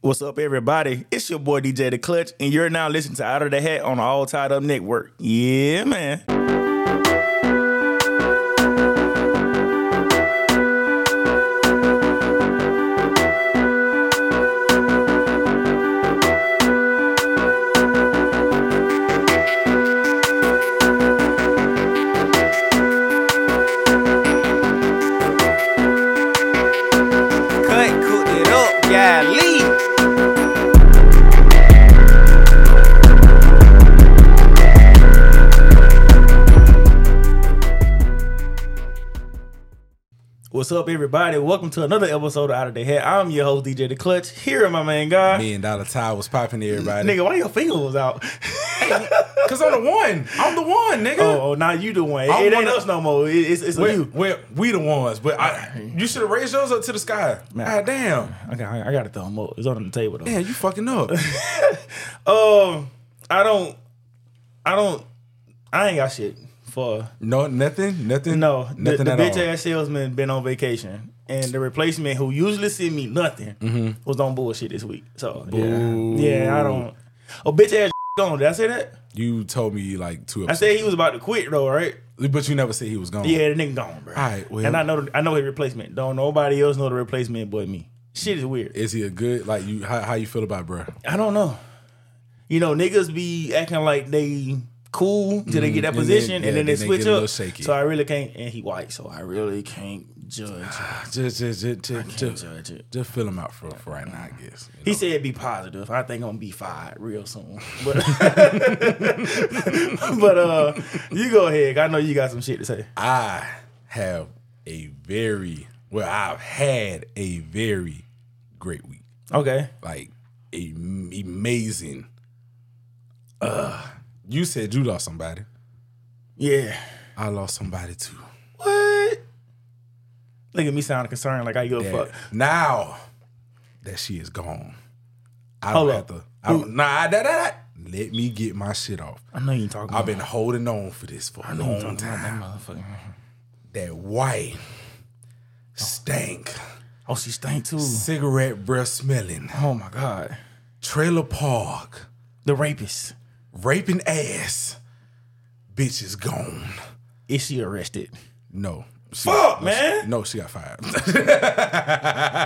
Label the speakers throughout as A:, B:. A: What's up, everybody? It's your boy DJ The Clutch, and you're now listening to Out of the Hat on the All Tied Up Network. Yeah, man.
B: Cut, cooked it up, golly.
A: What's up, everybody? Welcome to another episode of Out of the Hat. I'm your host, DJ The Clutch. Here, in my man, guy.
C: Million dollar tie was popping to everybody.
A: Nigga, why your finger was out?
C: Cause I'm the one. I'm the one, nigga.
A: oh, oh, now you the one. It,
C: I'm
A: it ain't
C: one of-
A: us no more. It- it's it's
C: We're,
A: you.
C: we're- we the ones, but I, you should have raised yours up to the sky.
A: Man.
C: God damn.
A: Okay, I, I gotta throw him up. It's on the table though.
C: Damn, you fucking up.
A: Um, I don't, I don't, I ain't got shit for
C: No, nothing, nothing.
A: no. The,
C: nothing
A: the
C: at
A: bitch
C: all.
A: ass salesman been on vacation, and the replacement who usually send me nothing was on bullshit this week. So
C: Mm-hmm. Boo.
A: yeah, yeah, I don't. Oh, bitch ass gone. Did I say that?
C: You told me like two
A: I
C: episodes,
A: said he was about to quit though, right?
C: but you never said he was gone.
A: Yeah, the nigga gone, bro.
C: Alright, well-
A: and I know, the, I know his replacement. Don't nobody else know the replacement but me. Shit is weird.
C: Is he a good like you? How, how you feel about bro?
A: I don't know. You know, niggas be acting like they cool till they get that
C: Mm-hmm. and then-
A: position,
C: yeah,
A: and then they
C: then they
A: switch
C: get a
A: up.
C: little shaky.
A: So I really can't. And he white, so I really can't judge.
C: Just, just, just, just, just,
A: judge it.
C: just fill him out for, for right now, I guess. you
A: He
C: know?
A: said be positive. I think I'm gonna be fired real soon. But but uh, you go ahead. I know you got some shit to say.
C: I have a very well. I've had a very great week.
A: Okay.
C: like a- amazing. Uh, you said you lost somebody.
A: Yeah.
C: I lost somebody too.
A: What? Look at me sounding concerned like I give a
C: That-
A: fuck.
C: Now that she is gone, I
A: Hold
C: don't
A: up.
C: have to. I don't, nah, that, that, that. Let me get my shit off.
A: I know you ain't talking.
C: I've
A: about
C: been holding on for this for a long
A: that
C: time.
A: motherfucker.
C: That white stank,
A: Oh, she stank too.
C: cigarette breath smelling,
A: Oh my god.
C: trailer park,
A: The rapist.
C: raping ass, bitch is gone.
A: Is she arrested?
C: No. She,
A: Fuck,
C: no, she-
A: man.
C: no, she got fired.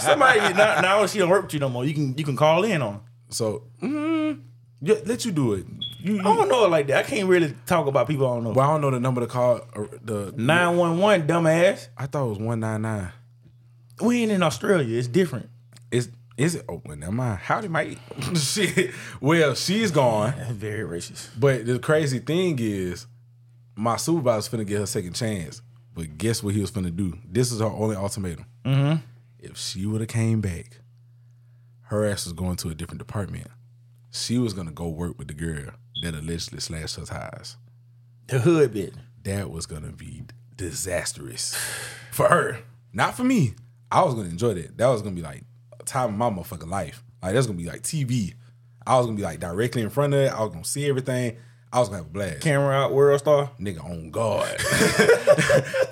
A: Somebody now, now she don't work with you no more. You can you can call in on. her.
C: So, mm, yeah, let you do it. You, you-
A: I don't know it like that. I can't really talk about people I don't know.
C: well, I don't know the number to call. Or the
A: Nine one one, dumbass.
C: I thought it was one nine nine.
A: We ain't in Australia. It's different.
C: Is is it oh, open? Am I? Howdy, Mike. Shit. Well, she's gone.
A: That's very racist.
C: But the crazy thing is, my supervisor's finna get her second chance. But guess what he was finna do? This is her only ultimatum. Mm-hmm. If she would have came back, her ass was going to a different department. She was gonna go work with the girl that allegedly slashed her ties.
A: The hood bit.
C: That was gonna be disastrous for her, not for me. I was gonna enjoy that. That was gonna be like a time of my motherfucking life. Like that's gonna be like TV. I was gonna be like directly in front of it. I was gonna see everything. I was gonna have a blast
A: Camera out, world star.
C: nigga on guard.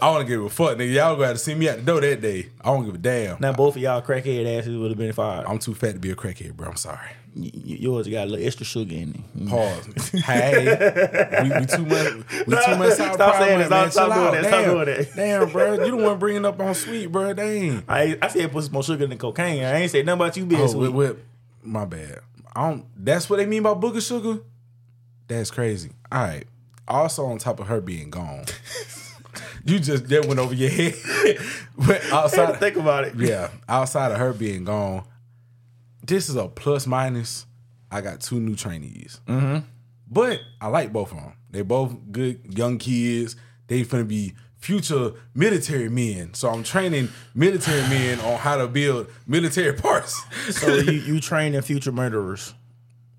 C: I want to give a fuck, nigga. Y'all gonna have to see me at the door that day. I don't give a damn.
A: Now both of y'all crackhead asses would have been fired.
C: I'm too fat to be a crackhead, bro. I'm sorry.
A: Y- y- yours got a little extra sugar in it.
C: Pause. hey, we, we too much. We
A: Nah,
C: too much. sour
A: stop
C: pride
A: saying
C: money,
A: that. Stop- stop
C: man. Chill
A: doing that.
C: out.
A: Stop
C: Damn.
A: doing that.
C: Damn, bro. You the one bringing up on sweet, bro. Damn.
A: I I said put some more sugar in the cocaine. I ain't say nothing about you being
C: Oh,
A: sweet.
C: with, with, my bad. I don't. That's what they mean by booger sugar. That's crazy. All right. Also, on top of her being gone, you just that went over your head. but
A: I had
C: outside,
A: to think about it.
C: yeah, outside of her being gone, this is a plus minus. I got two new trainees, mm-hmm. but I like both of them. They both good young kids. They finna be future military men, so I'm training military men on how to build military parts.
A: So you you training future murderers,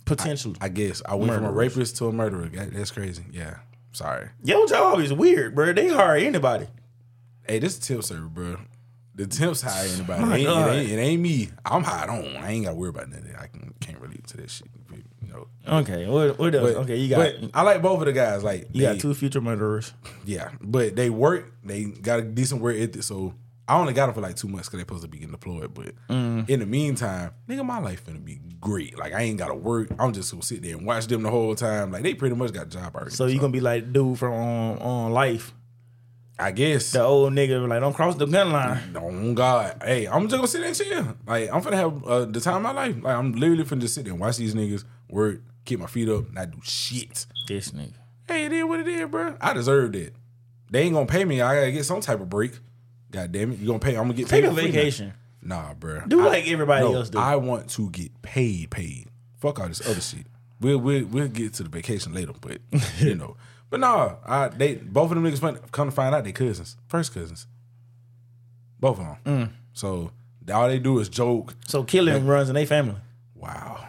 A: potentially.
C: I guess I went from a rapist to a murderer. That- that's crazy. Yeah, sorry.
A: Yo job is weird, bro. They hire anybody.
C: Hey, this is temp server, bro. The temps hire anybody.
A: My
C: It ain't,
A: God.
C: it, ain't, it ain't me. I'm hot on. I ain't got to worry about nothing. I can, can't relate to that shit. You know.
A: Okay, what what else? okay, you got
C: But I like both of the guys. Like,
A: you got
C: they-
A: two future murderers.
C: Yeah, but they work. They got a decent work ethic. So I only got them for like two months because they supposed to be getting deployed. But
A: Mm.
C: in the meantime, nigga, my life finna be great. Like I ain't gotta work. I'm just gonna sit there and watch them the whole time. Like they pretty much got a job already.
A: So you gonna be like dude from on on life,
C: I guess.
A: the old nigga like don't cross the gun line.
C: Oh God! Hey, I'm just gonna sit there and chill. Like I'm finna have uh, the time of my life. Like I'm literally finna just sit there and watch these niggas work, keep my feet up, not do shit.
A: This nigga.
C: Hey, it is what it is, bro. I deserved it. They ain't gonna pay me. I gotta get some type of break. God damn it! You gonna pay? I'm gonna get paid.
A: Take a
C: for free now.
A: vacation.
C: Nah, bro.
A: Do like everybody
C: No,
A: else do.
C: I want to get paid, paid. Fuck all this other shit. We'll we'll, we'll get to the vacation later, but you know. But nah, I they both of them niggas fin- come to find out they cousins, first cousins, both of them.
A: Mm.
C: So all they do is joke.
A: so killing runs in their family.
C: Wow,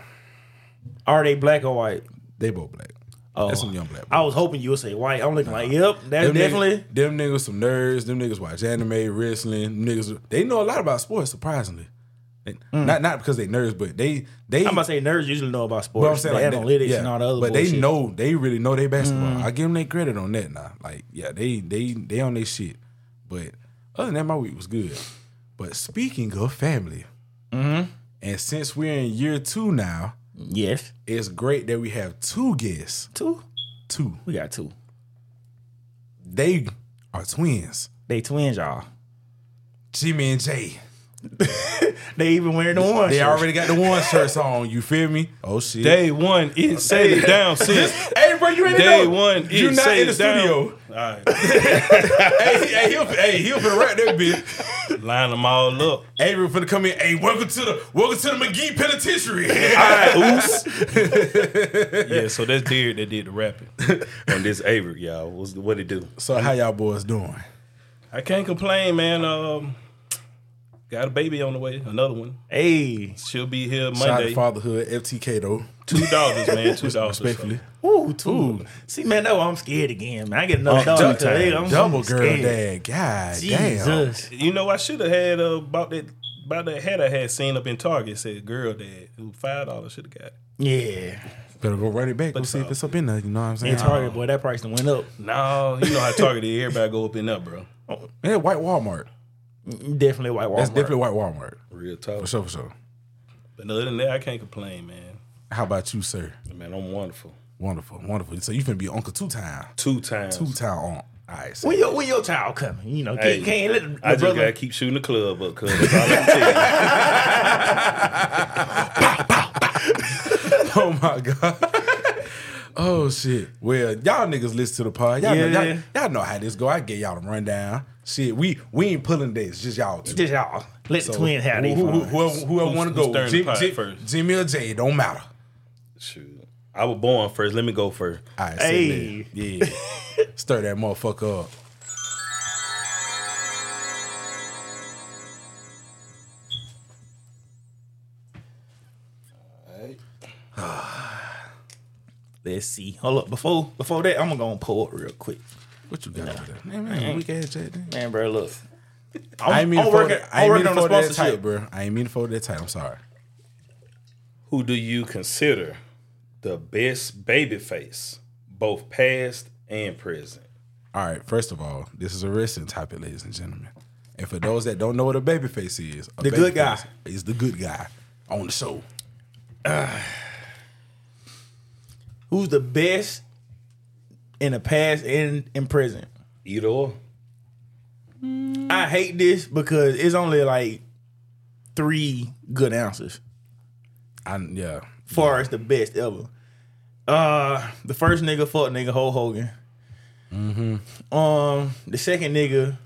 A: Are they black or white?
C: they both black.
A: Oh,
C: That's some young black.
A: I was hoping you would say white. I'm looking like, yep, that's
C: Them
A: definitely.
C: niggas, them niggas some nerds. Them niggas watch anime, wrestling. Them niggas they know a lot about sports. Surprisingly, They-
A: Mm.
C: not not because they nerds, but they they
A: I'm about to say nerds usually know about sports,
C: But I'm saying
A: the
C: like
A: analytics
C: they, yeah,
A: and all the other.
C: But they
A: bullshit. Mm.
C: know they really know they basketball. I give them their credit on that now. Like yeah, they they they on their shit. But other than that, my week was good. But speaking of family,
A: Mm-hmm.
C: and since we're in year two now,
A: Yes,
C: it's great that we have two guests.
A: two.
C: Two
A: We got two.
C: they are twins,
A: They twins, y'all.
C: Jimmy and Jay.
A: They even wearing the one.
C: They
A: shirt.
C: already got the one shirts on. You feel me? Oh shit.
D: Day one, it says down, sis.
C: Hey, bro, you ain't
D: Day
C: know.
D: one,
C: You
D: it
C: not in the
D: says down.
C: studio. hey, hey, he'll hey, he'll finna wrap that bitch.
D: Line them all up.
C: Avery finna come in. Hey, welcome to the welcome to the McGee Penitentiary.
D: Yeah, so that's Derek that did the rapping on this Avery, y'all. What's, what it do?
C: so how y'all boys doing?
D: I can't complain, man. Um, got a baby on the way, another one.
A: Hey,
D: She'll be here
C: Shout out to
D: Monday.
C: fatherhood, FTK though.
D: Two daughters, man. Two daughters. so.
C: Respectfully.
A: ooh, two. See, man, that's why I'm scared again. Man, I get another dog
C: Double,
A: today. I'm
C: Uh, double girl
A: scared.
C: dad. God damn.
A: Jesus.
D: You know, I should have had uh, about that. About that hat I had seen up in Target said "Girl, Dad." It was Five dollars should have got it.
A: Yeah.
C: Better go right back. Go see if it's up in there. You know what I'm saying?
A: And Target, boy, that price done went up.
D: No, you know how Target is. Everybody go up and up, bro.
C: Yeah, white Walmart.
A: Definitely white Walmart.
C: That's definitely white Walmart.
D: Real
C: For
D: talk.
C: sure, for sure.
D: But other than that, I can't complain, man.
C: How about you, sir?
D: Man, I'm wonderful.
C: Wonderful, wonderful. So you finna be Uncle Two Time.
D: Two times.
C: Two Time on. All right. So.
A: When your when your child coming, you know,
D: Hey,
A: can't, can't let the, the
D: I just
A: brother.
D: gotta keep shooting the club up, cause that's all I can
C: Oh my god. Oh shit. Well, y'all niggas listen to the pod. Y'all, know,
A: Yeah.
C: y'all, y'all know how this go. I get y'all the rundown. Shit, we we ain't pulling this. Just y'all two.
A: Just y'all. Let the twin have their
C: Who- who- who-
A: fun.
C: Whoever, whoever
D: Who's-
C: want to
D: who's
C: go,
D: stirring the
C: Jim,
D: pot
C: Jim-
D: first?
C: Jimmy or Jay, it don't matter.
D: tell. Shoot, I was born first. Let me go first.
C: All right,
A: Hey.
C: hey. yeah, stir that motherfucker up.
A: Let's see. Hold up. Before before that, I'm gonna go and pull up real quick.
C: What you got over there? Man, man, weak ass Jay. then.
A: Man, bro, look. I'm,
C: I ain't mean to
A: I'm
C: fold
A: working,
C: that- I
A: I'm
C: ain't
A: working
C: mean to
A: on the
C: fold that
A: sponsorship.
C: tight, bro. I ain't mean to fold that tight. I'm sorry.
D: Who do you consider the best baby face, both past and present?
C: All right, first of all, this is a wrestling topic, ladies and gentlemen. And for those that don't know what a babyface is, a
A: The good guy.
C: babyface is the good guy on the show.
A: Who's the best in the past and in prison?
D: Either or.
A: I hate this because it's only like three good answers.
C: I yeah,
A: Far as the best ever. Uh the first nigga fuck nigga Hulk Hogan. Um the second nigga,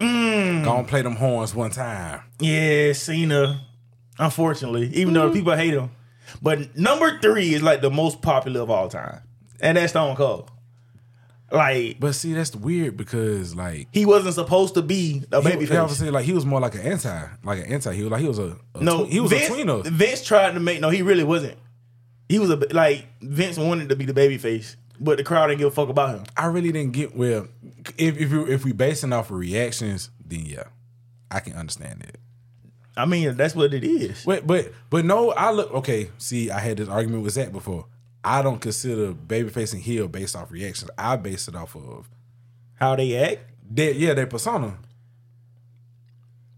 A: Mm.
C: go and play them horns one time.
A: yeah, Cena. Unfortunately, even though people hate him. But number three is like the most popular of all time. And that's Stone Cold. Like
C: But see, that's weird because like
A: he wasn't supposed to be a
C: he,
A: baby
C: he obviously like he was more like an anti, like an anti. He was like he was a, a
A: No,
C: twe- he was
A: Vince,
C: a tweener.
A: Vince tried to make no, he really wasn't. He was a like Vince wanted to be the baby face, but the crowd didn't give a fuck about him.
C: I really didn't get well. If if you if we basing off of reactions, then yeah, I can understand it.
A: I mean, that's what it is.
C: But but but no, I look okay. See, I had this argument with Zach before. I don't consider babyface and heel based off reactions. I base it off of
A: How they act.
C: that. Yeah, their persona.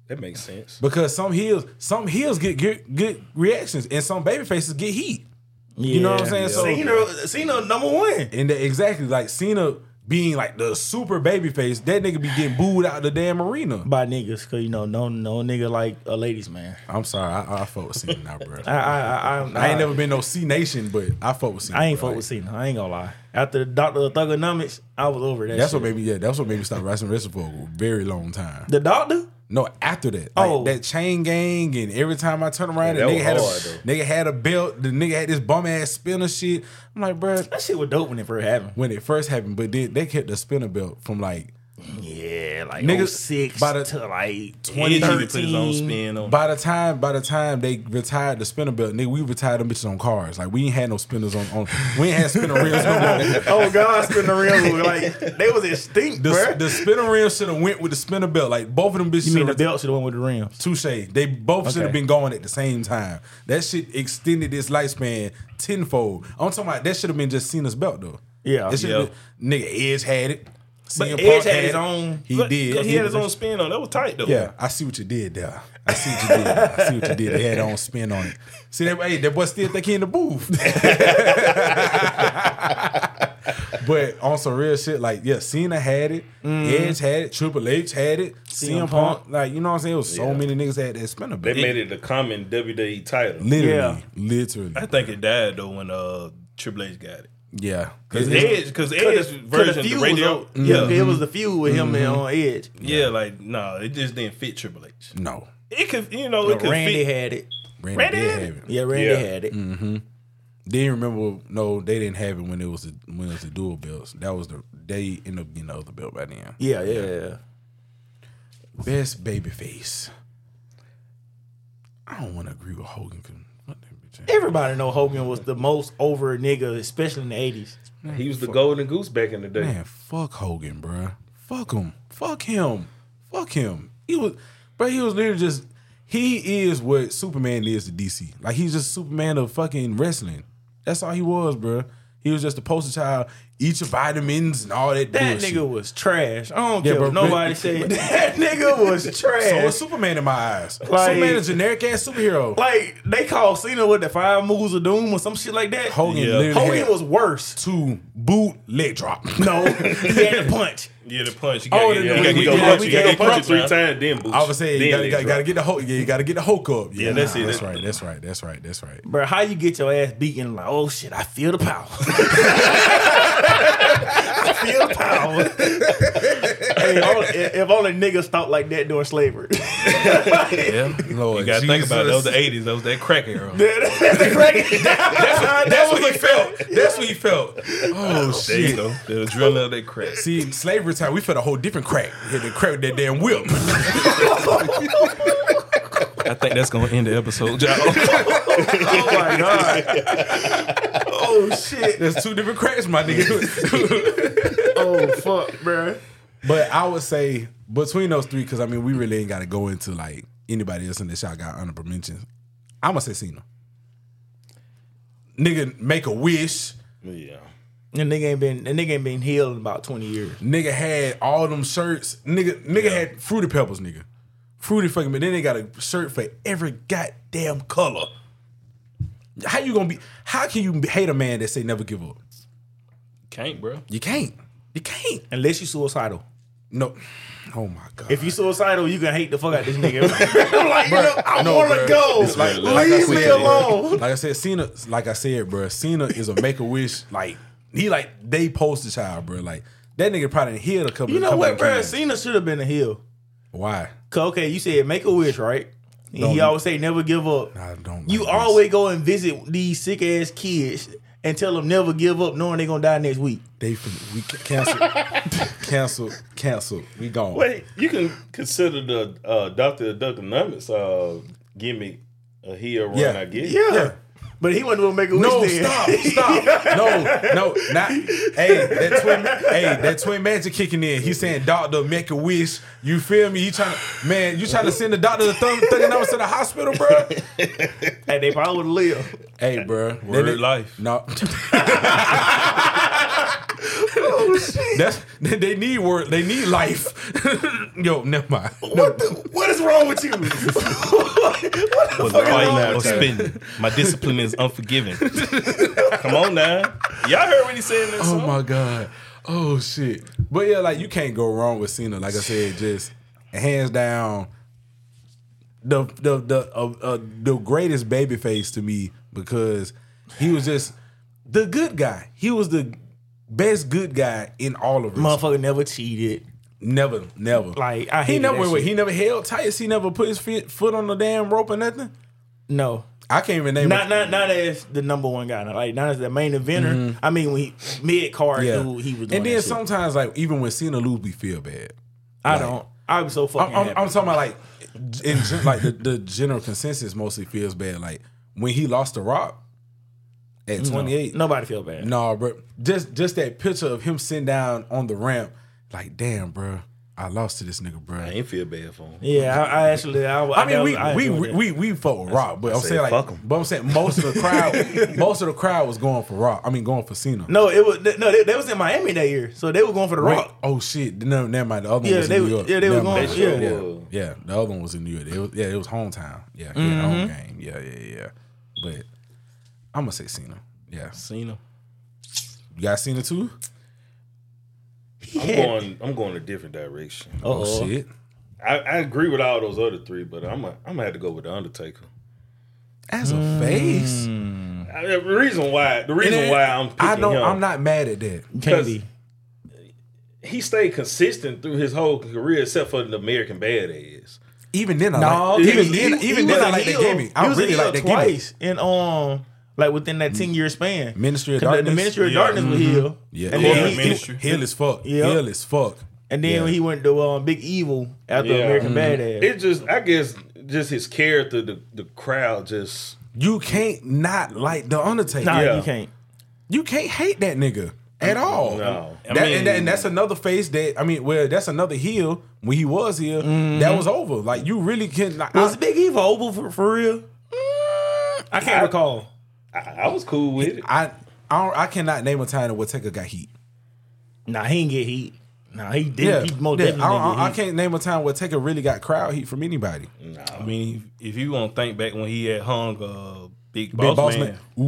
D: That makes sense.
C: Because some heels, some heels get good, good reactions, and some baby faces get heat. You know what I'm saying? So
A: Cena, Cena number one.
C: and that exactly like Cena being like the super baby face, that nigga be getting booed out the damn arena.
A: By niggas, cause you know, no, no nigga like a ladies man.
C: I'm sorry, I, I fuck with Cena now, bro.
A: I,
C: I,
A: I, I, I,
C: ain't never been no C Nation, but I fuck with Cena.
A: I ain't
C: bro.
A: fuck with Cena. I ain't gonna lie. After Doctor Thugonomics, I was over that.
C: That's
A: shit.
C: what made me. Yeah, that's what made me stop wrestling wrestling for a very long time.
A: the doctor.
C: No, after that,
A: Oh.
C: like that chain gang, and every time I turn around,
D: Yeah, that
C: the nigga
D: was
C: had
D: hard,
C: a nigga had a belt. The nigga had this bum ass spinner shit. I'm like, bro,
A: That shit was dope when it first happened.
C: when it first happened, but then they kept the spinner belt from like
A: Yeah, like
C: Niggas-
A: niggas six
C: by the-
A: to like
D: He
A: twenty
D: needed to put his own
A: thirteen.
D: spin on.
C: by the time by the time they retired the spinner belt, nigga, we retired them bitches on cars. Like we ain't had no spinners on, on we ain't had spinner rims no more.
A: Oh God, spinning around like they was extinct,
C: The,
A: bruh.
C: the spinner rim should have went with the spinner belt. Like both of them bitches
A: you
C: should
A: mean the
C: have
A: belts are the one with the rims?
C: Touche. They both should have
A: Okay.
C: been going at the same time. That shit extended its lifespan tenfold. I'm talking about that should have been just Cena's belt though.
A: Yeah.
C: It should have been- nigga Edge had it.
A: But
C: CM
A: Edge
C: Punk
A: had his
C: it.
A: own.
C: He
D: Look,
C: did.
D: He had his own spin on. That was tight though.
C: Yeah, I see what you did there. I see what you did. I see what you did. They had their own spin on it. See that? Hey, that boy still think he in the booth. but on some real shit, like yeah, Cena had it, Edge had it, Triple H had it, CM, Punk,
A: Punk.
C: like you know what I'm saying? It was so
D: Yeah.
C: many niggas had that spinner.
D: They
C: belt.
D: made it a common WWE title.
C: literally,
A: Yeah.
C: literally,
E: I think it died though when uh Triple H got it.
C: yeah.
E: Cause
C: It's-
E: Edge, cause Edge's version, the,
A: feud was Mm-hmm.
E: radio,
A: on- yeah, it was the feud with him and on Edge.
E: yeah, like no, it just didn't fit Triple H.
C: no,
E: It could, you know, it
A: But
E: could
A: Randy
E: fit.
A: had it.
C: Randy,
E: Randy
C: did
E: had
C: have it.
A: Yeah, Mm. Randy
D: Yeah.
A: had it.
C: They didn't remember. No, they didn't have it when it was the, when it was the dual belts. That was the they ended up getting the other belt by then.
A: Yeah, yeah, yeah.
C: Best baby face. I don't want to agree with Hogan. 'cause- what that bitch ass-
A: Everybody know Hogan was the most over nigga, especially in the eighties.
D: He was the golden goose back in the day.
C: Man, fuck Hogan, bruh. Fuck him. Fuck him. Fuck him. He was, but he was literally just. He is what Superman is to DC. Like he's just Superman of fucking wrestling. That's all he was, bruh. He was just a poster child, eat your vitamins and all that.
A: That
C: bullshit.
A: nigga was trash. I don't
C: Yeah,
A: care what
C: but-
A: nobody said. That nigga was
C: So
A: trash.
C: is Superman in my eyes.
A: Like-
C: Superman is a generic ass superhero.
A: like they called Cena with the five moves of doom or some shit like that.
C: Hogan literally
A: Hogan
C: had-
A: was worse.
C: to boot leg drop.
A: No, he had to punch.
E: Yeah, the punch. You
C: Oh,
E: gotta,
C: the-
E: get-
C: the-
E: you
C: we-
E: gotta get your
C: we-
E: punch.
C: we
E: You
C: got
E: gotta get
D: punch
E: your
D: it three
E: punch.
D: times, then boots.
C: I was saying you
D: Then
C: gotta,
D: leg
C: gotta,
D: drop.
C: gotta get the Hulk. Yeah, you gotta get the Hulk up. Yeah,
E: that's
C: nah,
E: it.
C: That's right. That's right. That's right. That's right.
A: Bro, how you get your ass beaten? Like, oh shit, I feel the power. I feel the power. hey, all- if only niggas thought like that during slavery.
E: Yeah.
C: Lord,
E: You gotta think about it. That was the
C: Jesus.
E: eighties. That was that crack era.
A: That's the crack-
C: That's what he felt. That's what he felt. Oh
E: There you
C: shit.
E: go. The adrenaline of that crack.
C: See, slavery time, we felt a whole different crack. Hit the crack with that damn whip.
E: I think that's gonna end the episode, y'all.
A: Oh my god. Oh shit.
C: That's two different cracks, my nigga.
A: Oh fuck, bro.
C: but I would say between those three, because I mean, we really ain't got to go into like anybody else in this y'all got honorable mentions. I'm gonna say Cena. Nigga, make a wish.
D: Yeah.
A: The nigga ain't been the nigga ain't been healed in about twenty years.
C: Nigga had all them shirts. Nigga, nigga had fruity pebbles, nigga. Fruity fucking, but then they got a shirt for every goddamn color. How you gonna be? How can you hate a man that say never give up?
E: Can't, bro.
C: You can't. You can't.
A: Unless you suicidal.
C: No. Oh my god.
A: If you suicidal, you can hate the fuck out this nigga. I'm like, you know, I
C: no,
A: wanna
C: bruh.
A: go.
C: It's like-
A: Leave me alone.
C: like I said, Cena. Like I said, bro, Cena is a make a wish. Like he like they poster child, bro. Like that nigga probably didn't hear a couple.
A: You know
C: couple
A: what,
C: of
A: bro?
C: times.
A: Cena should have been a heel.
C: Why?
A: Cause okay, you said make a wish, right? And he
C: Don't-
A: always say never give up.
C: I don't.
A: you
C: like this.
A: always go and visit these sick ass kids and tell them never give up, knowing they gonna die next week.
C: They fin- we cancel, cancel, cancel. We gone.
D: Wait, you can consider the uh, Doctor Duckonomics uh, gimmick a heel run.
C: Yeah.
D: I guess.
A: Yeah. But he wasn't gonna make a wish.
C: No,
A: then.
C: stop, stop. No, no, not. Hey, that twin, hey, that twin magic kicking in. He's saying, "Doctor, make a wish." You feel me? He trying to, man. You trying to send the doctor the thumb thugging numbers to the hospital, bro?
A: and they probably would live.
C: Hey, bro.
E: Word life.
C: No.
A: Oh shit!
C: That's they, they need work. They need life. Yo, never mind.
A: what the, what is wrong with you? what the
E: Was
A: fuck is wrong
E: fighting or
A: with you?
E: spending. My discipline is unforgiving.
D: Come on now. Y'all heard what he said in that
C: Oh
D: song?
C: my god. Oh shit. But yeah, like you can't go wrong with Cena. Like I said, just hands down, the the the uh, uh, the greatest babyface to me because he was just the good guy. He was the best good guy in all of us.
A: Motherfucker never cheated.
C: Never, never.
A: Like, I
C: he
A: hated
C: never
A: that
C: wait,
A: shit.
C: he never held tight. He never put his feet, foot on the damn rope or nothing.
A: No,
C: I can't even name
A: not
C: it.
A: not not as the number one guy. Like not as the main eventer. I mean, when he mid card
C: Mm-hmm. Yeah.
A: dude, he was. Doing
C: and then
A: that shit.
C: sometimes like even when Cena lose, we feel bad.
A: I don't. I was so fucking.
C: I'm, I'm,
A: happy.
C: I'm talking about like in gen- like the, the general consensus mostly feels bad. Like when he lost to Rock at 28. No,
A: Nobody feel bad.
C: bro. Just just that picture of him sitting down on the ramp, like damn, bro, I lost to this nigga, bro.
D: I ain't feel bad for him.
A: Yeah, I, I actually. I, I
C: I mean, we,
A: I
C: we,
A: enjoyed
C: we
A: that.
C: we we fuck with Rock, but I'm
D: said,
C: saying
D: fuck
C: like,
D: 'em.
C: but I'm saying most of the crowd, most of the crowd was going for Rock. I mean, going for Cena.
A: No, it was no. They, they was in Miami that year, so they were going for the
C: Wait,
A: Rock.
C: oh shit! No, never mind. The other
A: Yeah,
C: one was
A: they
C: in
A: was-
C: New York.
A: yeah, they was
C: Never
A: going-
C: mind.
A: yeah.
C: yeah, yeah. The other one was in New York. It was, yeah, it was hometown. Yeah, yeah
A: Mm-hmm.
C: home game. Yeah, yeah, yeah. But I'm gonna say Cena. Yeah,
E: Cena.
C: you got Cena too?
D: I'm going I'm going a different direction.
C: Oh shit!
D: I, I agree with all those other three, but I'm a, I'm gonna have to go with the Undertaker.
C: As a
A: Mm.
C: face,
D: I, the reason why the reason
C: And
D: why I'm picking
C: I don't.
D: him,
C: I'm not mad at that.
A: Can't be.
D: he stayed consistent through his whole career except for the American Badass.
C: Even then, I
A: No,
C: like,
A: he-
C: even
A: he-
C: then,
A: he
C: even
A: was
C: then,
A: a
C: I like that
A: heel.
C: gimmick. I
A: He was a
C: really
A: heel
C: like that gimmick.
A: twice in um like within that ten year span.
C: Ministry of
A: 'Cause the-
C: Darkness? Mm-hmm.
A: The Ministry of
E: Yeah.
A: Darkness was heel.
C: Yeah,
A: and
C: yeah.
A: then,
E: Yeah.
A: he,
E: Ministry.
C: Heel as fuck.
A: Yeah.
C: Heel as fuck.
A: and then
C: Yeah. Mm-hmm.
A: he went to um, Big Evil after
D: Yeah.
A: American
D: Mhm.
A: Badass.
D: It just I guess just his character, the the crowd just
C: You can't not like the Undertaker.
A: nah,
D: yeah.
A: you can't.
C: You can't hate that nigga at all.
D: No.
E: I
C: That-
E: mean-
C: and, that- and that's another face that I mean, well, that's another heel. When he was here, that was over. Like you really can. Like,
A: Was
C: I-
A: Big Evil oval for, for real? I can't
D: I-
A: recall.
D: I, I was cool with it.
C: I, I, don't, I cannot name a time that Undertaker got heat.
A: Nah, he didn't get heat. Nah, he
C: Yeah,
A: didn't. He most
C: yeah,
A: definitely
C: I, don't-
A: didn't
C: I
A: get heat.
C: can't name a time where Taker really got crowd heat from anybody.
E: I mean, if if you want to think back when he had hung uh, Big,
C: Big
E: Boss,
C: boss
E: Man,
C: man.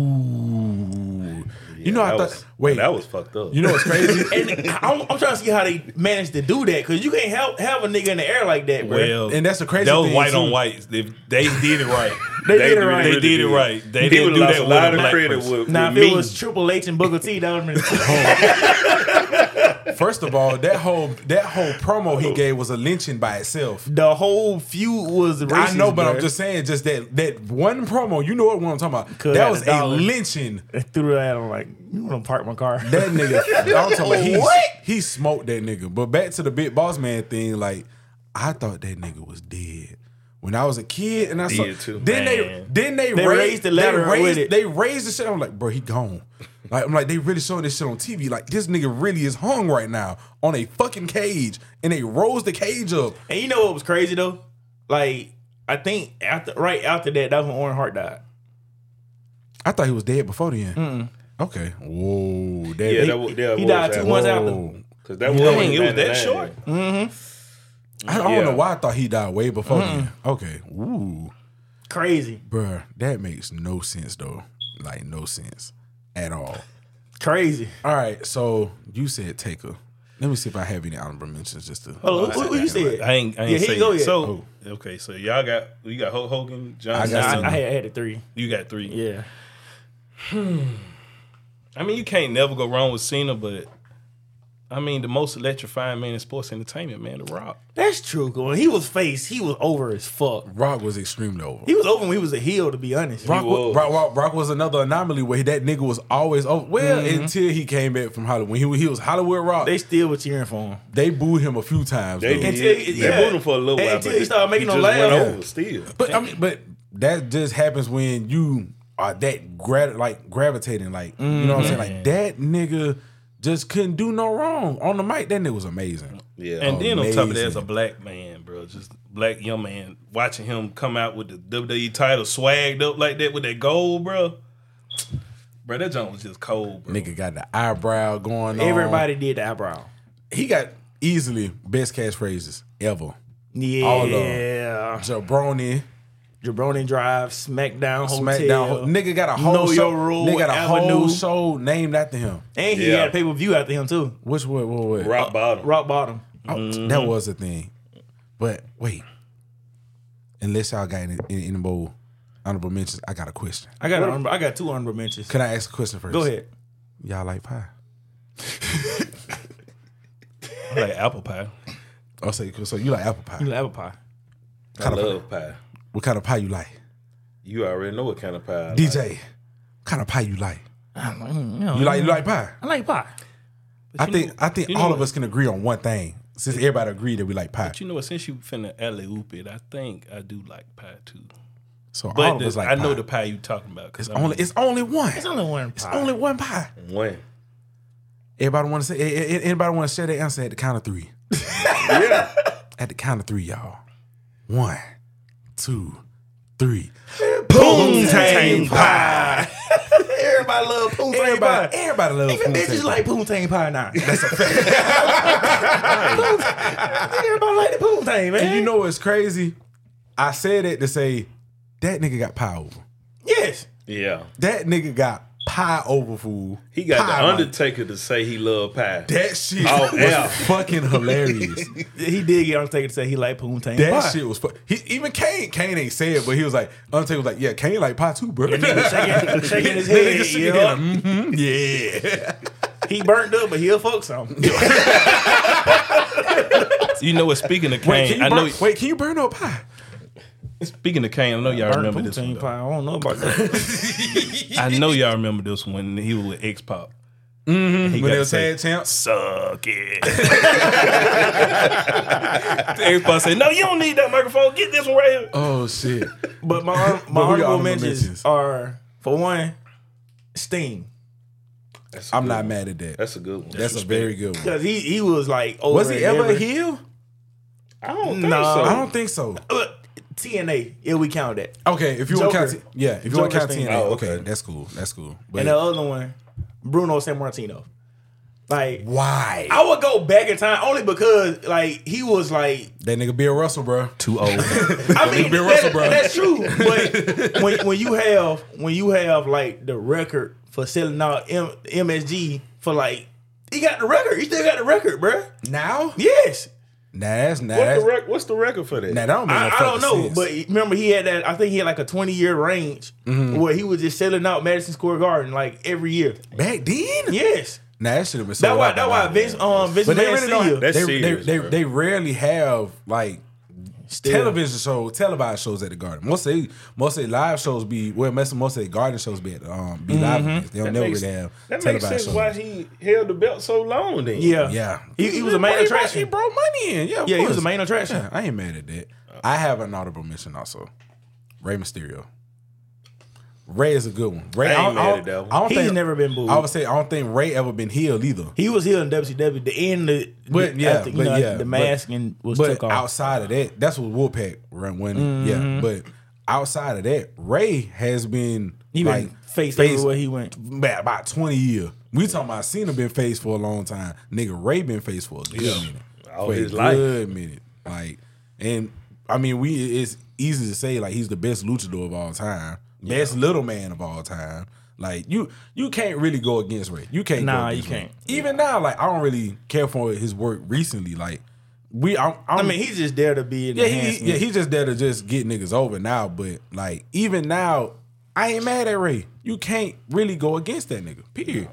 C: Ooh, you know I
D: that
C: thought.
D: was,
C: wait,
D: that was fucked up.
C: you know what's crazy?
A: And I'm, I'm trying to see how they managed to do that because you can't help have a nigga in the air like that, bro.
E: well,
C: And that's the crazy
E: That was
C: thing,
E: white
C: too.
E: on whites. They, they did it right.
A: They did it
D: really
A: right.
E: They did it
D: did.
E: right. They
D: He
E: didn't
D: would've
E: do
D: lost
E: that
D: a
E: with
D: lot of
E: black
D: credit
E: person.
D: with,
A: Now, if
D: with me.
A: it was Triple H and Booker T, that would have been.
C: First of all, that whole that whole promo he gave was a lynching by itself.
A: The whole feud was racist.
C: I know, but I'm
A: bruh.
C: just saying, just that that one promo. You know what I'm talking about?
A: Could
C: that
A: have
C: was
A: a
C: a
A: dollar.
C: lynching.
A: I threw that. I'm like, you want to park my car?
C: That nigga, I'm talking about, he,
A: What?
C: he smoked that nigga. But back to the big boss man thing, like I thought that nigga was dead when I was a kid, and I saw.
D: Dead too,
C: then
E: man.
C: they then they,
A: They raised the ladder
C: They raised,
A: with it.
C: they raised the shit. I'm like, bro, he gone. Like I'm like, they really showing this shit on TV. Like this nigga really is hung right now on a fucking cage, and they rose the cage up.
A: And you know what was crazy though? Like, I think after right after that, that's when Owen Hart died.
C: I thought he was dead before then. Okay. Whoa. That,
D: yeah,
C: they-
D: that was, that
A: he
D: was
A: died two
D: that-
A: months
C: whoa.
A: after.
D: Cause that was,
E: Dang, it was that short?
C: I don't
D: Yeah.
C: know why I thought he died way before then. Okay. Ooh.
A: Crazy,
C: Bruh, that makes no sense though. Like no sense at all.
A: crazy.
C: All right, so you said Taker. Let me see if I have any honorable mentions just to
A: Oh, who, who, who you said?
E: I ain't, I ain't
A: yeah, here
E: say
A: you go.
E: it.
A: Yet.
E: So, okay, so y'all got, you got Hulk Hogan, John
C: I
A: Nah,
C: got
E: Cena.
A: I, I had, I had a three.
E: You got three.
A: Yeah,
E: I mean, you can't never go wrong with Cena, but I mean, the most electrifying man in sports entertainment, man, The Rock.
A: that's true. When he was face, he was over as fuck.
C: Rock was extremely over.
A: He was over when he was a heel, to be honest.
C: Rock was.
D: was.
C: Rock, Rock, Rock was another anomaly where that nigga was always over. Well, until he came back from Hollywood. When he, was- he was Hollywood Rock,
A: Mm-hmm. They
C: they,
A: still were cheering for him.
C: booed him a few times.
D: They
C: though.
D: did.
A: Until-
D: they
A: yeah.
D: booed him for a little while.
A: Until
D: but
A: he started making
D: he
A: them
D: just went
A: laugh.
D: over still.
C: But I mean, but that just happens when you are that gra- like gravitating, like you know what I'm saying.
A: Mm-hmm.
C: Like that nigga just couldn't do no wrong on the mic. That nigga was amazing.
D: Yeah.
E: And then on top of that,
C: Amazing.
E: as a black man, bro, just black young man, watching E him come out with the WWE title swagged up like that with that gold, bro. Bro, that junk was just cold, bro.
C: Nigga got the eyebrow going on.
A: Everybody did the eyebrow.
C: He got easily best catchphrases ever.
A: Yeah.
C: All of Jabroni,
A: Jabroni Drive, SmackDown Hotel.
C: SmackDown. ho- Nigga got a whole
A: Know
C: show.
A: Your Rule,
C: nigga got a
A: Avenue.
C: whole show named after him.
A: And he
D: Yeah.
A: had pay per view after him too.
C: Which what what what?
D: Rock bottom.
A: Rock bottom.
C: Oh, That
E: Mm-hmm.
C: was the thing. But wait, unless y'all got any, any, any more honorable mentions, I got a question.
A: I got honorable- I got two honorable mentions.
C: Can I ask a question first?
A: Go ahead.
C: Y'all like pie?
E: I like apple pie.
C: Oh, so, you- so you like apple pie?
A: You like apple pie.
D: I love pie.
C: What kind of pie you like?
D: You already know what kind of pie. I like.
C: DJ, what kind of pie you like? You like you
E: Mm-hmm.
C: like pie?
A: I like pie.
C: I think I think all of us can agree on one thing. Since everybody agreed that we like pie,
E: But you know what? Since you finna alley oop it, I think I do like pie too.
C: so all
E: But
C: of us
E: the,
C: like
E: I
C: pie.
E: know the pie you talking about.
C: it's
E: Cause I
C: only it's only one. It's
A: only one pie.
C: only one pie.
D: When?
C: Everybody want to say. a- a- Anybody want to share their answer at the count of three?
D: Yeah.
C: At the count of three, y'all. One, two, three.
A: Poontang pie. Everybody love poontang
C: Everybody,
A: pie.
C: everybody loves
A: Even bitches
C: poontang
A: like poontang pie now. That's a fact. Everybody like the poontang, man.
C: And you know what's crazy? I said it to say that nigga got pie over.
A: yes.
D: yeah.
C: That nigga got pie over fool.
D: He
C: Pie
D: got the
C: money.
D: Undertaker to say he loved pie.
C: That shit
D: Oh,
C: was
D: yeah.
C: fucking hilarious.
A: He did get Undertaker to say he liked poontang
C: That
A: pie.
C: shit was. Fu- he even Kane. Kane ain't say it, but he was like Undertaker was like, yeah, Kane like pie too, bro.
A: Shaking, shaking his
C: Nigga
A: head.
C: shaking
A: yeah.
C: his head like, "Mm." mhm, yeah.
A: He burned up, but he'll fuck some.
E: you know what? Speaking of
C: Wait, can
E: Kane,
C: you
E: I
C: burn,
E: know.
C: wait, can you burn no pie?
E: Speaking of Kane, I know y'all remember this
A: poontang
E: one. though.
A: pie. I don't know about that.
E: I know y'all remember this one. He was with X Pop. Mm-hmm.
C: When
E: He got
C: they
E: to
C: was
E: say,
C: tag champs,
E: "Suck it." X Pop said, "No, you don't need that microphone. Get this one right here."
C: oh shit!
A: But my hon- my
C: But who your
A: honorable
C: honorable
A: mentions,
C: mentions?
A: are for one, Sting
D: That's a
C: I'm
D: good
C: not
D: one.
C: mad at that. That's,
D: That's a good one.
C: a very good one.
A: because he he was like over
C: Was he
A: and
C: ever
A: over.
C: a heel?
D: I don't think
A: Nah.
D: so.
C: I don't think so.
A: Look, TNA, yeah, we count that.
C: Okay, if you want to count,
A: Joker.
C: T- yeah, if you want
A: Joker
C: to count
A: Sting.
C: TNA,
D: Oh,
C: okay.
D: okay.
C: that's cool, that's cool. But
A: And the other one, Bruno San Martino. Like
C: why
A: I would go back in time only because like he was like
C: that nigga Bill Russell, bro?
E: Too old.
A: I mean
C: Bill
A: that-
C: Russell, bro.
A: that's true. But when when you have when you have like the record for selling out M- MSG for like he got the record. He still got the record, bruh.
C: Now,
A: Yes.
C: nah, that's nah,
D: What's
C: that's,
D: the, rec- what's the record for that?
C: nah, that don't make no
A: I, I
C: fucking
A: don't know,
C: sense.
A: but remember he had that. I think he had like a twenty year range
C: Mm-hmm.
A: where he was just selling out Madison Square Garden like every year.
C: back then,
A: Yes,
C: nah, that should have been.
A: that's
C: sold
A: why.
C: out
A: That's
C: by
A: why
C: now.
A: Vince, um, Vince
C: But they
A: McMahon
C: really don't.
A: senior
C: They,
D: That's
C: they,
D: serious,
C: they,
D: bro.
C: they rarely have like
A: still-
C: television show, televised shows at the garden. Most they most they live shows be well, most most they garden shows be at um be live.
A: Mm-hmm.
C: Events. They don't never
D: makes-
C: really have
D: That makes
C: televised
D: sense
C: shows.
D: why he held the belt so long then.
A: Yeah,
C: Yeah.
A: He, he was a main
C: He brought- He
A: attraction.
C: brought money in. Yeah, of
A: Yeah, he was
C: course.
A: a main attraction.
C: Yeah, I ain't mad at that. I have an audible mention also. Ray Mysterio. Ray is a good one. Ray,
D: I
C: don't-
D: ain't mad
C: don't-
D: at that one.
C: I don't
A: He's
C: think,
A: never been booed.
C: I would say I don't think Ray ever been healed either.
A: He was here in WCW. The end, the,
C: But,
A: the-
C: yeah,
A: after, you
C: but,
A: know,
C: yeah,
A: the
C: but-
A: mask and was
C: But
A: took off.
C: outside of that, that's what Wolfpack run when
A: Mm-hmm.
C: yeah. But outside of that, Ray has been
A: he
C: like
A: been faced everywhere he went.
C: about, about twenty years. We talking about Cena been faced for a long time. Nigga Ray been faced for a good minute.
D: All
C: for
D: his
C: a
D: life.
C: good minute. Like and I mean we it's easy to say like he's the best luchador of all time. Best little man of all time. Like you you can't really go against Ray. You can't go
A: Nah, you
C: against Ray.
A: can't.
C: Even now, like I don't really care for his work recently. Like we I'm, I'm
A: I mean, he's just there to be. An
C: yeah,
A: yeah,
C: he, he- yeah, he just there to just get niggas over now. But like, even now, I ain't mad at Ray. You can't really go against that nigga. Period.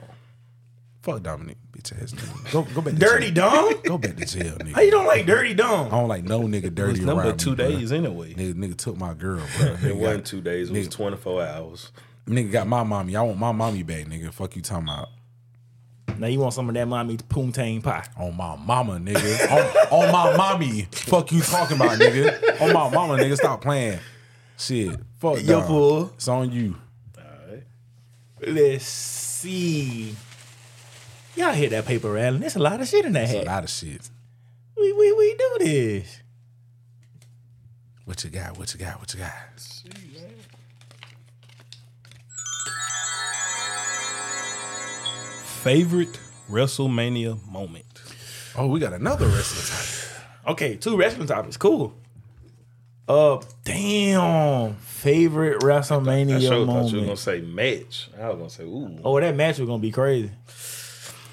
C: Fuck Dominic, bitch ass nigga. Go, go back to
A: dirty
C: jail.
A: dumb.
C: Go back to jail, nigga.
A: How you don't like dirty dumb?
C: I don't like no nigga dirty
E: It's number
C: around
E: two
C: me, bruh.
E: days anyway.
C: Nigga, nigga took my girl, bro.
D: It wasn't two days, it was 24 hours.
C: nigga got my mommy. I want my mommy back, nigga. Fuck you talking about
A: Now you want some of that mommy poontang pie?
C: on my mama, nigga. on, on my mommy. Fuck you talking about, nigga. On my mama, nigga. Stop playing. Shit. Fuck
A: Yo,
C: dawg.
A: fool.
C: It's on you.
A: Let's see. Y'all hear that paper rattling? There's a lot of shit in that
C: It's a
A: hat.
C: lot of shit.
A: We we we do this.
C: What you got? What you got? What you got?
E: favorite WrestleMania moment.
C: Oh, we got another wrestler. type.
A: Okay, two wrestling topics. Cool. Uh, damn. Favorite WrestleMania
D: I sure thought you were gonna
A: moment.
D: say match. I was gonna say ooh.
A: Oh, that match was gonna be crazy.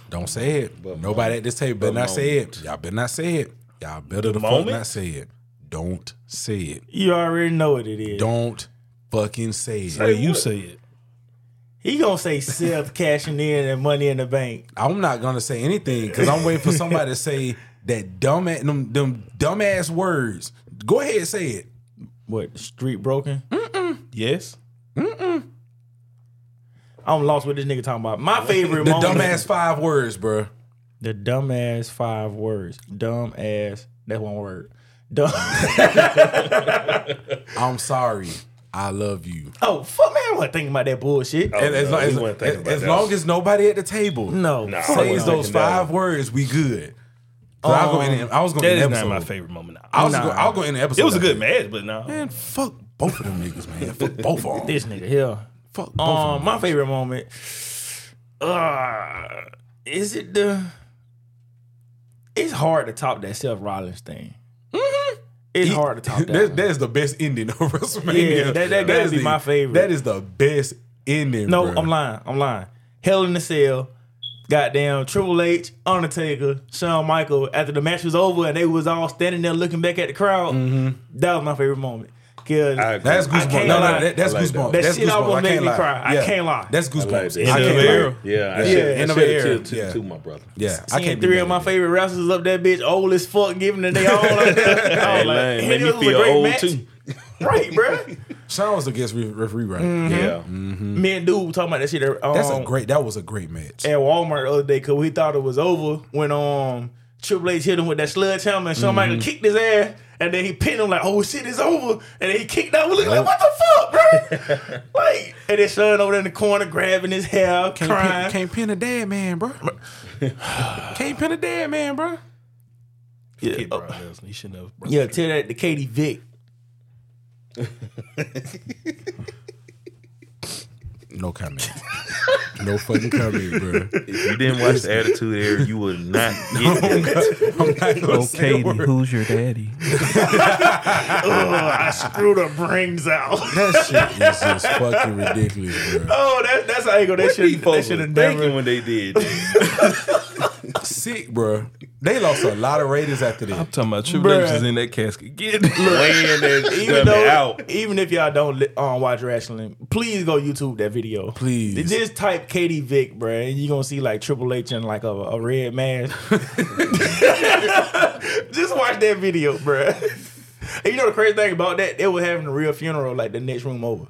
C: Don't say it. Nobody at this table better not say it. Y'all better not say it. Y'all better the fuck
D: moment?
C: not say it. Don't say it.
A: You already know what it is.
C: Don't fucking say it.
E: Hey, you say it.
A: He gonna say Seth cashing in and money in the bank.
C: I'm not gonna say anything because I'm waiting for somebody to say that dumb a- them them dumbass words. Go ahead and say it.
A: What street broken?
D: Hmm?
E: Yes.
A: I'm lost with this nigga talking about. My favorite
C: The
A: moment.
C: dumbass five words, bruh.
A: The dumbass five words. Dumbass. That's one word. Dumb.
C: I'm sorry. I love you.
A: oh fuck, man! I wasn't thinking about that bullshit.
D: Oh,
C: And as
D: no,
C: long
D: we
C: as,
D: wasn't thinking about
C: as
D: that.
C: long as nobody at the table
A: No,
D: Nah, I
A: fuck
D: wasn't
C: says
A: no.
C: those
D: thinking that.
C: five words, we good. 'Cause I'll go in the- I was going
E: That
C: to
E: is
C: end the
E: not
C: episode.
E: my favorite moment.
C: I was
A: Nah.
C: go, I'll go in the episode.
E: it was a
C: like
E: good
C: that.
E: match, but no.
C: Man, fuck both of them niggas, man. Fuck both of them.
A: This nigga here.
C: Fuck both of
A: Um,
C: them.
A: my favorite moment. Uh, is it the? It's hard to top that Seth Rollins thing.
C: Mm-hmm.
A: It's hard to top that.
C: That,
A: one.
C: that is the best ending of WrestleMania.
A: Yeah, that- that gotta
C: is
A: be
C: the-
A: my favorite.
C: That is the best ending.
A: no,
C: bruh.
A: I'm lying. I'm lying. Hell in the Cell. Goddamn Triple H, Undertaker, Shawn Michael. After the match was over and they was all standing there looking back at the crowd,
C: Mm-hmm.
A: that was my favorite moment. Cause
D: I agree.
C: Oh, That's
A: I
C: goosebumps.
A: can't
C: No, no,
A: lie.
C: that, that's
D: I like
C: goosebumps.
D: that.
A: That
C: That's
A: shit
C: goosebumps.
A: almost
C: I
A: made
C: can't
A: me
C: lie.
A: cry. I
C: Yeah.
A: can't lie.
C: That's
D: I like that.
C: goosebumps.
D: End
C: I
D: of
C: can't
D: the
C: lie.
D: era. Yeah, I should
A: end
D: have
C: of the era.
D: killed
C: Yeah.
D: two, two, my brother.
C: Yeah, I
A: Seeing
C: can't. be
A: three of
C: mad
A: my
C: at that.
A: favorite wrestlers up that bitch old as fuck, giving it they all. Like, I was like,
D: Hey, man,
A: "Man, this
D: made me
A: was a
D: feel
A: great
D: old
A: match."
D: too.
A: Right, bro.
C: Sean was against re- referee, right?
D: Yeah,
A: Me and dude talking about that shit. at, Mm. Um,
C: That's a great. That was a great match.
A: at Walmart the other day because we thought it was over when um Triple H hit him with that sledgehammer and Shawn Michael
C: Mm-hmm.
A: kicked his ass and then he pinned him like, oh shit, it's over. And then he kicked out. We looking like, what the fuck, bro? like, and then Sean over there in the corner grabbing his hair,
C: Can't
A: crying.
C: pin, can't pin a dead man, bro. can't pin a dead man, bro.
E: Kid Brock Lesnar. He shouldn't have.
A: Yeah, tell that to Katie Vick.
C: No comment. no fucking comment, bro.
D: If you didn't watch the Attitude Era, you would not get that.
C: I'm not gonna say a word.
E: who's your daddy?
A: I screwed her brains out.
C: That shit is just fucking ridiculous, bro.
A: Oh, that, that's how you go. That should
D: People
A: that
D: was
A: should have
D: thinking
A: never.
D: when they did. that.
C: Sick, bro. They lost a lot of ratings after this.
E: I'm talking about Triple H
A: Bruh.
E: is in that casket. Get
D: Laying that
A: Even
D: dummy
A: though,
D: out.
A: even if y'all don't li- um, watch wrestling, please go YouTube that video.
C: Please.
A: just type Katie Vick, bruh, and you gonna see like Triple H in like a, a red mask. just watch that video, bruh. And you know the crazy thing about that? They were having a real funeral like the next room over.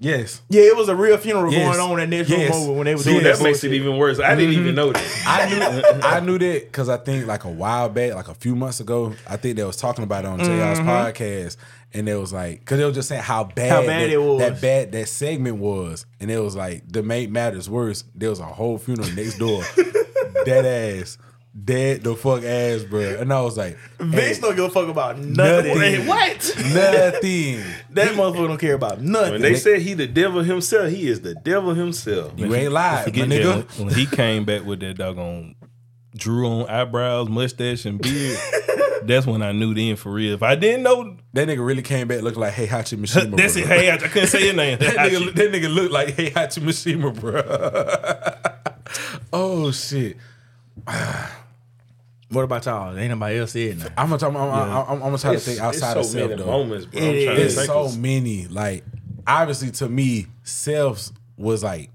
C: Yes,
A: Yeah, it was a real funeral
C: Yes.
A: going on at next
C: Yes.
A: room over when they were
C: See,
A: doing
D: Dude,
A: that.
D: that makes it even worse. I didn't even know that.
C: I knew. I knew that because I think like a while back, like a few months ago, I think they was talking about it on JR's podcast, and they was like, because they was just saying how bad,
A: Mm-hmm. How bad
C: that,
A: it was.
C: that bad that segment was, and it was like the mate matters worse. There was a whole funeral next door, dead ass, dead the fuck ass, bro. And I was like,
A: Vince
C: hey,
A: don't give a fuck about nothing.
C: Nothing.
A: what?
C: nothing.
A: That motherfucker don't care about
D: When
A: nothing.
D: they said he the devil himself, he is the devil himself.
C: You ain't lied, my
E: Forget
C: nigga.
E: that. When he came back with that doggone drew on eyebrows, mustache, and beard, that's when I knew then for real. If I didn't know,
C: That nigga really came back looking like Hey Hachi Mishima.
E: that's
C: bro.
E: it. Hey, I, I couldn't say your name.
C: That nigga, that nigga looked like Hey Hachi Mishima, bro. oh shit!
A: what about y'all? Ain't nobody else said nothing.
C: I'm gonna, I'm, I'm, I'm, I'm gonna try
D: It's-
C: to think
D: it's
C: outside
D: so
C: of self
D: many
C: though.
D: moments, bro.
A: It
D: I'm trying
A: is.
D: to
C: There's
D: think
C: so
D: of-
C: many. Like obviously, to me, selfs was like,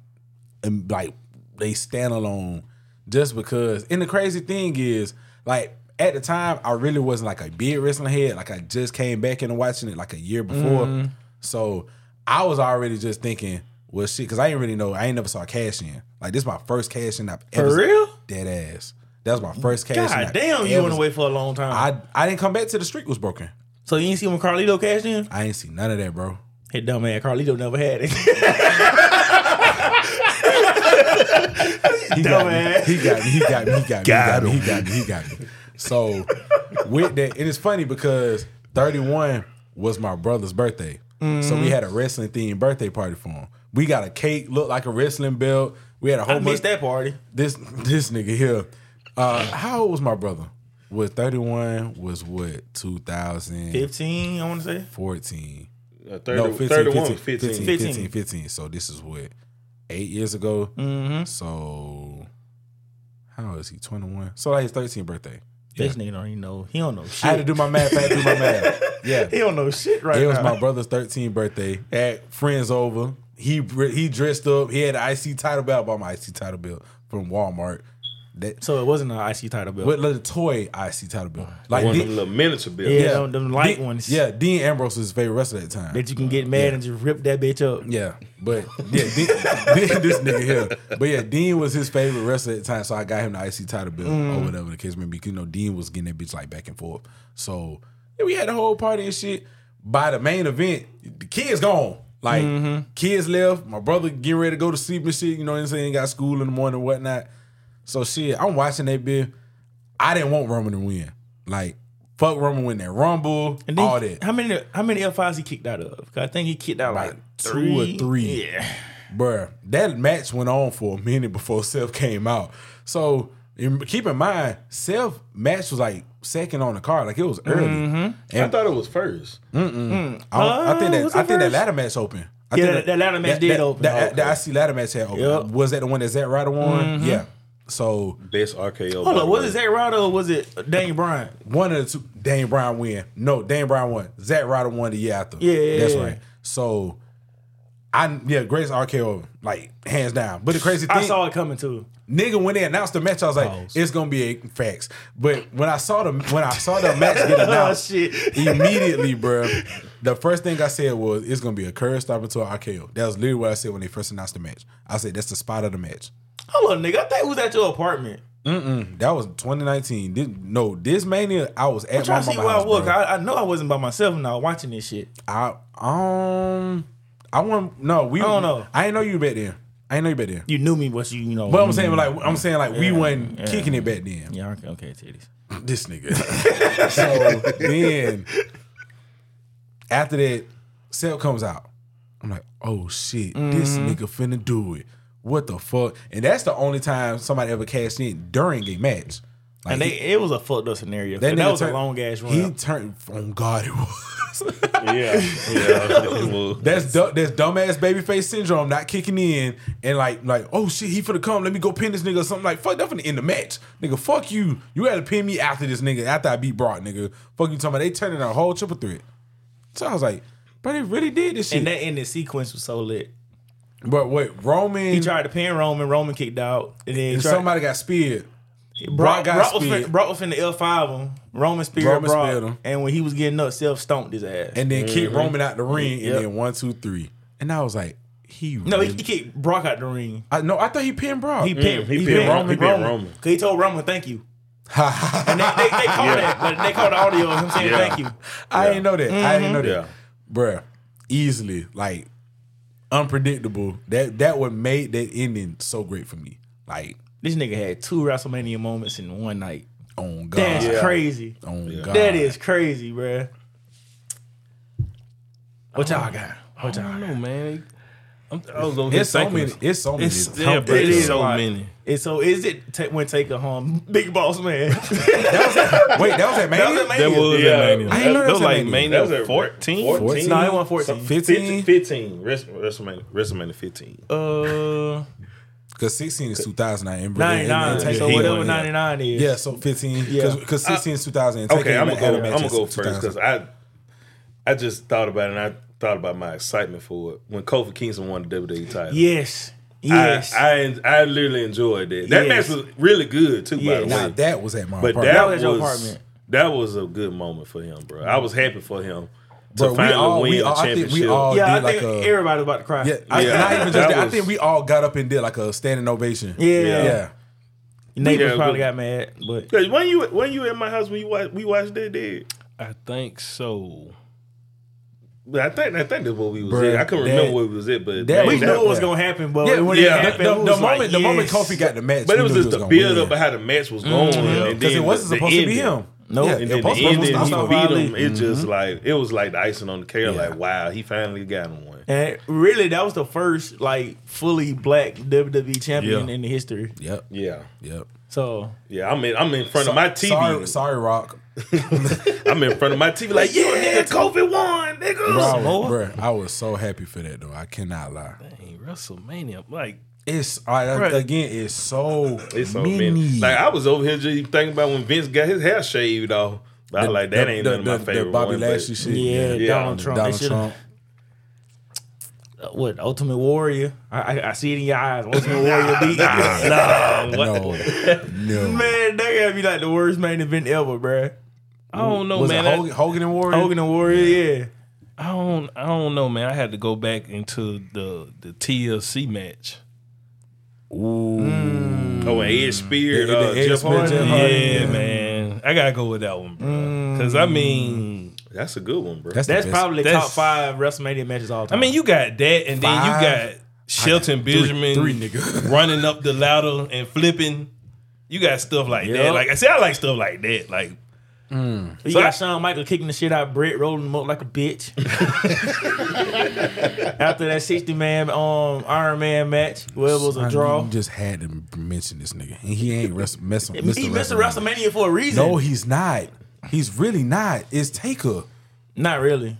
C: um, like they stand alone just because. And the crazy thing is, like at the time, I really wasn't like a big wrestling head. Like I just came back into watching it like a year before,
A: Mm-hmm.
C: so I was already just thinking, well, shit, because I didn't really know. I ain't never saw cash in. Like this, is my first cash in I've ever.
A: real?
C: Dead ass. That was my first cash. in
A: God
C: I've
A: damn, you
C: ever-
A: went away for a long time.
C: I I didn't come back till the street was broken.
A: so you ain't see when Carlito cashed in?
C: I ain't see none of that, bro.
A: Hey, dumb ass Carlito never had it.
C: He
A: dumb
C: got
A: ass.
C: me. He got me. He got me. He got me. he got
D: Got
C: me. He got me. He got me. So with that, and it's funny because 31 was my brother's birthday. So we had a wrestling themed birthday party for him. We got a cake, looked like a wrestling belt. We had a whole
A: I
C: bunch.
A: missed that party.
C: This this nigga here. Uh, how old was my brother? Was thirty one? Was what two thousand
A: 15, I want to say.
C: fourteen?
D: Uh, 30,
C: No, 15,
D: 31,
C: 15,
D: 15.
C: 15, 15, 15. So this is what eight years ago.
A: Mm-hmm.
C: So how is he twenty one? So like his thirteenth birthday.
A: This nigga don't even know. He don't know
C: I had to
A: shit.
C: do my math. I had to do my math. Yeah,
A: He don't know shit right
C: it was
A: now.
C: my brother's 13th birthday. Had friends over. He he dressed up. He had an IC title belt. I bought my IC title belt from Walmart. That
A: so it wasn't an IC title belt.
C: with little toy IC title belt. Like
D: One of
C: Dean-
D: them little miniature
A: yeah,
D: bills.
A: them, them light
C: Dean-
A: ones.
C: Yeah, Dean Ambrose was his favorite wrestler at the time.
A: That you can get mad and just rip that bitch up.
C: Yeah, but yeah, Dean, Dean- this nigga here. But yeah, Dean was his favorite wrestler at the time, so I got him the IC title belt
A: Mm.
C: or whatever the case may be. 'cause, You know, Dean was getting that bitch like back and forth. So yeah, we had the whole party and shit. By the main event, the kids gone. Like
A: Mm-hmm.
C: kids left. My brother getting ready to go to sleep and shit. You know what I'm saying? Got school in the morning and whatnot. So shit, I'm watching that bitch. I didn't want Roman to win. Like fuck Roman win that Rumble,
A: And then,
C: all that.
A: How many how many F5s he kicked out of? 'Cause I think he kicked out like,
C: Like two or three.
A: Yeah.
C: Bruh, that match went on for a minute before Seth came out. So in- keep in mind, Seth match was like second on the card, like it was early.
A: Mm-hmm.
D: I thought it was first.
C: I, don't- I think
A: Oh, was
C: that
A: it
C: I think that
A: first?
C: ladder match open. I
A: Yeah,
C: think
A: that- that ladder match did
C: that,
A: open.
C: That,
A: Okay. Mm-hmm.
C: that I see ladder match had open.
A: Yep.
C: Was that the one that Zach Ryder won? Yeah. So
D: Best RKO.
A: Hold
D: by
A: on,
D: the
A: was
D: way.
A: it Zach Ryder or was it Dane Bryant?
C: one of the two, Dane Brown win. No, Dane Brown won. Zach Ryder won the year after.
A: Yeah.
C: that's right. So, I yeah, Grace RKO like hands down. But the crazy thing
A: I saw it coming too.
C: Nigga, when they announced the match, I was like, "It's gonna be a facts." But when I saw the when I saw the match get
A: Oh
C: announced,
A: shit.
C: immediately, bro, the first thing I said was, "It's gonna be a curve stopper to an RKO." That was literally what I said when they first announced the match. I said, "That's the spot of the match."
A: Hold on, nigga. I think it was at your apartment.
C: That was 2019. This, no, this mania, I was at
A: I'm trying
C: my
A: to
C: mama's
A: see where I
C: house,
A: was. 'cause
C: bro.
A: I, I know I wasn't by myself when I was watching this shit.
C: I, um, I want no, we
A: I don't know.
C: I ain't know you back then. I ain't know you back then.
A: You knew me, but you, you know.
C: But I'm
A: you
C: saying
A: knew me.
C: like I'm saying like we wasn't kicking it back then.
A: yeah, okay, okay, titties.
C: this nigga. so then after that, Seth comes out. I'm like, oh shit, this
A: Mm-hmm.
C: nigga finna do it. What the fuck? And that's the only time somebody ever cashed in during a match. Like
A: And they, it was a fucked up scenario.
C: that
A: That,
C: nigga
A: was
C: turned-
A: a long ass run.
C: He turned on God it was.
D: Yeah, yeah. Well,
C: That's du- that's dumbass babyface syndrome not kicking in and like like oh shit he finna come let me go pin this nigga or something like fuck that finna end the match nigga fuck you you gotta pin me after this nigga after I beat Brock nigga fuck you talking about they turning a whole triple threat so I was like but they really did this shit
A: and that ending sequence was so lit.
C: but what Roman
A: He tried to pin Roman. Roman kicked out. And then he
C: and
A: tried,
C: somebody got speared Brock
A: Brock,
C: got
A: Brock, was
C: speared.
A: fin- Brock was finna L5 him. Roman speared
C: Roman
A: Brock.
C: speared him.
A: And when he was getting up, Self stomped his ass.
C: and then kicked Roman out the ring
A: Mm-hmm. Yep.
C: and then one two three and I was like he
A: no, he,
C: really-
A: he kicked Brock out the ring.
C: I no I thought he pinned Brock
A: He pinned,
D: Mm, he
A: he
D: pinned
A: pinned
D: Roman.
A: Roman.
D: He pinned Roman.
A: Cause he told Roman, thank you. and they, they, they caught that. But they caught the audio of him saying
D: Yeah. Mm-hmm.
A: thank you.
C: I didn't know that. I didn't know that.
D: Yeah.
C: Bruh, easily, like unpredictable. That that what made that ending so great for me. Like
A: This nigga had two WrestleMania moments in one night.
C: on God.
A: That's
D: Yeah.
A: crazy.
C: On God.
A: That is crazy, bruh. What y'all got? What
E: I
A: y'all
E: don't
A: got?
E: know, man. I'm, I was over here
C: It's so
E: thinking
C: many. It's so many.
E: It's yeah,
C: That
E: bro,
A: It
E: it's
A: is
E: so
A: a lot.
E: many.
A: And so is it ta- when Taker home? Big boss man.
C: was- wait, that was
A: That was
C: at Mania.
A: at
E: That
A: Mania.
E: was
D: Yeah.
E: at Mania.
D: I
C: ain't know
E: that
C: that
E: was
C: was at
E: like
C: Mania.
E: Mania
D: that was at
E: 14.
C: 14?
A: No, he won 14.
C: 15
D: 15. Wrest- WrestleMania, WrestleMania 15.
A: Uh,
C: because 16 is 2000 I remember.
A: 99.
C: And- and
A: so
C: Taker
A: whatever
C: won,
A: 99 is.
C: Yeah, so 15 because
A: Yeah. Uh,
C: 16 is 2000 and
D: Okay,
C: Taker
D: I'm gonna
C: had
D: go.
C: a match
D: I'm gonna
C: in
D: go first
C: 2000.
D: because I, I just thought about it and I thought about my excitement for it when Kofi Kingston won the WWE title.
A: Yes. Yes.
D: I, I I literally enjoyed that. That
A: Yes.
D: match was really good too, by
A: Yes.
D: the way.
C: Nah, that was at my
D: but
C: apartment.
D: that,
A: was at
D: was,
A: your apartment.
D: that was a good moment for him, bro. I was happy for him to
C: Bro, we
D: finally
C: all-
D: win
C: we
D: the
C: all- I think we
D: championship.
C: all-
A: yeah, I
C: did like
A: think
C: a-
A: everybody about to cry.
C: yeah, I,
D: Yeah.
C: not even just
D: That
C: that. I
D: was-
C: think we all got up and did like a standing ovation.
A: Yeah.
C: yeah.
A: Neighbors
D: Yeah,
A: probably
D: but-
A: got mad, but
D: Cause when you when you at my house when you watch, we watched that, dude.
E: I think so.
D: I think I think that's what we was
C: Bruh,
D: at. I couldn't
C: that-
D: remember what we was at,
C: that
D: but man,
A: we
C: was-
A: knew it was
C: yeah.
A: gonna happen. But
C: Yeah,
A: when
D: yeah,
A: Oh, it
D: the-
A: happened,
C: The,
A: we
C: the
A: was
C: moment,
A: like,
C: the moment
A: yes.
C: Kofi got the match,
D: But it
C: we
D: was
C: knew
D: just
C: he
D: the
C: gonna
D: build
C: win.
D: up of how the match was going.
C: because it wasn't supposed to be him.
A: No,
C: Yeah.
D: And then the
C: Postma
D: end
C: was
D: that
C: not
D: he
C: so
D: beat
A: violent.
D: him, it just like it was like the icing on the cake.
C: Yeah.
D: Like wow, he finally got him one.
A: and really, that was the first like fully black WWE champion
E: Yeah.
A: in the history.
C: Yep.
D: Yeah,
C: Yep.
A: So
D: yeah. I'm in. I'm in front of my TV.
C: Sorry, sorry, Rock.
D: I'm in front of my TV. Like yeah, nigga, COVID won, nigga.
C: Bro, I was, bruh, I was so happy for that though. I cannot lie.
E: Dang, WrestleMania. Like,
C: It's I, I-
E: Bruh.
C: again. It's so
D: It's so
C: many.
D: many. Like I was over here just even thinking about when Vince got his hair shaved off. But I like that ain't none of my favorite
C: Bobby
D: ones, but-
C: Lashley shit.
A: yeah,
D: Yeah.
A: Donald Trump.
C: Donald
A: they should
C: Trump.
A: have what Ultimate Warrior. I, I I see it in your eyes. Ultimate Warrior beat. no, what
C: No, no.
A: the- man, that gotta be like the worst main event ever, bruh.
E: I don't know,
C: was
E: man.
C: it
E: That-
C: Hogan, Hogan and Warrior?
A: Oh, Hogan and Warrior, yeah.
E: I don't I don't know, man. I had to go back into the the TLC match.
D: Oh, and Ed Spear,
C: The-
D: uh,
C: the Ed
D: Jeff
C: Spear,
D: Hardy.
C: Jeff-
E: Yeah,
C: Yeah, Mm.
E: man. I gotta go with that one, bro. Cause I mean
D: That's a good one, bro.
C: That's,
A: That's
C: the best.
A: probably the
E: That's-
A: top five WrestleMania matches all
E: I
A: time.
E: mean you got that and then
C: Five.
E: you got Shelton Benjamin
C: three, nigga.
E: running up the ladder and flipping. You got stuff like
A: Yeah.
E: that. Like I said, I like stuff like that. Like
A: you
E: so
A: got
E: I-
A: Shawn Michaels kicking the shit out of Brett, rolling him up like a bitch. After that sixty man um Iron Man match, well it was
C: I
A: a draw.
C: knew You just had to mention this nigga, and he ain't rest, messing.
A: He missed the WrestleMania for a reason.
C: No, he's not. He's really not. It's Taker,
A: not really.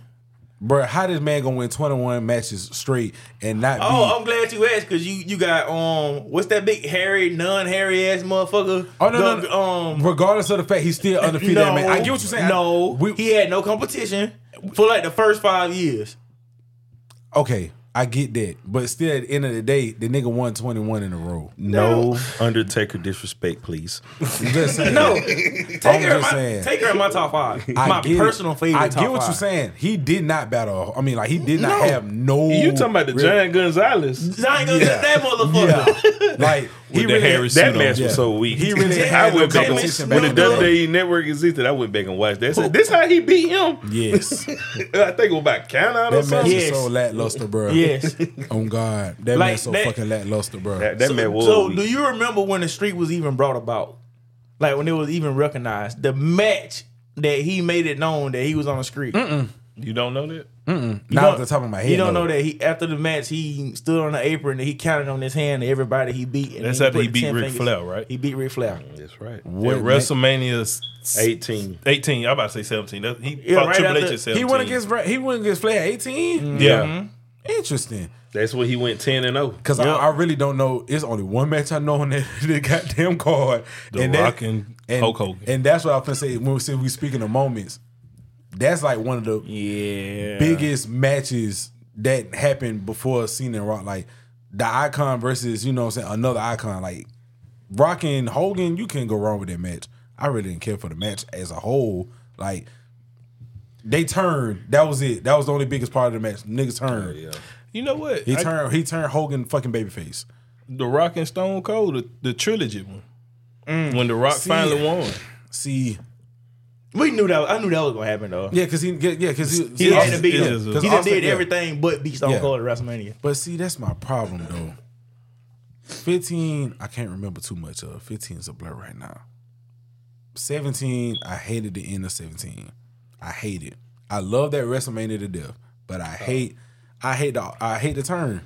C: bro. How this man gonna win twenty one matches straight and not
A: Oh, I'm glad you asked because you you got um what's that big hairy non hairy ass motherfucker?
C: Oh, no, no,
A: The-
C: no. be?
A: um
C: Regardless of the fact he's still undefeated,
A: no,
C: man. I get what you're saying.
A: No,
C: We-
A: he had no competition for like the first five years.
C: okay, I get that, but still, at the end of the day, the nigga won twenty one in a row.
D: no Undertaker disrespect, please.
C: Just saying.
A: No,
C: I'm
A: take her, in
C: just
A: my,
C: saying.
A: take her in my top five.
C: I
A: my
C: get it.
A: personal favorite.
C: I
A: top
C: get what
A: five.
C: you're saying. He did not battle. I mean, like he did not
A: No.
C: have no.
D: You talking about the
C: real-
D: Giant Gonzalez?
A: I ain't gonna
C: Yeah.
A: get that motherfucker.
C: Yeah, like he
E: the
C: really.
E: Harris-
D: That
E: Suit
D: match
E: on.
C: Yeah.
D: was so weak.
C: He really ain't
D: I
C: had no
D: went back and-
C: competition
D: when the
C: back then.
D: WWE Network existed. I went back and watched that. I said, this how he beat him.
C: Yes,
D: I think it was about count out or
C: that match
D: something.
C: is so
A: Yes.
C: lackluster, bro.
A: Yes.
C: on God, that
A: Like
C: man's so
A: that-
C: fucking lackluster, bro.
D: That, that
A: so,
D: match was
A: so
D: weak.
A: do you remember when the streak was even brought about? Like when it was even recognized, the match that he made it known that he was on the streak.
E: you don't know that?
C: Not off
A: don't-
C: the top of my head,
A: You don't
C: though.
A: know that he after the match he stood on the apron and he counted on his hand to everybody he beat. And
E: That's
A: then
E: after he
A: put the
E: beat
A: 10
E: Ric
A: fingers.
E: Flair, right?
A: He beat Ric Flair.
D: That's right.
C: What
E: At
C: ma-
E: WrestleMania
D: 18.
E: 18, I'm about to say 17. That- He
A: Yeah,
E: fought
A: right
E: Triple H
A: after-
E: at 17.
C: He went against Bra- he went against Flair at 18.
A: Mm.
E: Yeah.
C: Interesting,
D: That's when he went 10 and oh. 0.
C: because I, I really don't know. It's only one match I know on that, that goddamn card.
E: The Rock and Hulk Hogan.
C: And that's what I was say when we say we speaking of moments. That's like one of the
A: Yeah.
C: biggest matches that happened before Cena and Rock, like the icon versus you know what I'm saying another icon, like Rock and Hogan. You can't go wrong with that match. I really didn't care for the match as a whole. Like they turned. That was it. That was the only biggest part of the match. Niggas turned.
E: You know what?
C: He
E: I-
C: turned. he turned Hogan fucking babyface.
E: The Rock and Stone Cold, the, the trilogy one. When The Rock
C: See-
E: finally won.
C: See,
A: We knew that. I knew that was gonna happen though.
C: yeah, because he, yeah, because he,
A: He had to
E: Austin-
A: beat
E: yeah,
A: him.
E: yeah.
A: He done did
C: Austin- yeah.
A: everything but beat Stone
C: Yeah.
A: Cold at WrestleMania.
C: But see, that's my problem though. 15, I can't remember too much of. 15 is a blur right now. 17, I hated the end of 17. I hate it. I love that WrestleMania to death, but I
A: Oh.
C: hate I hate the I hate the turn.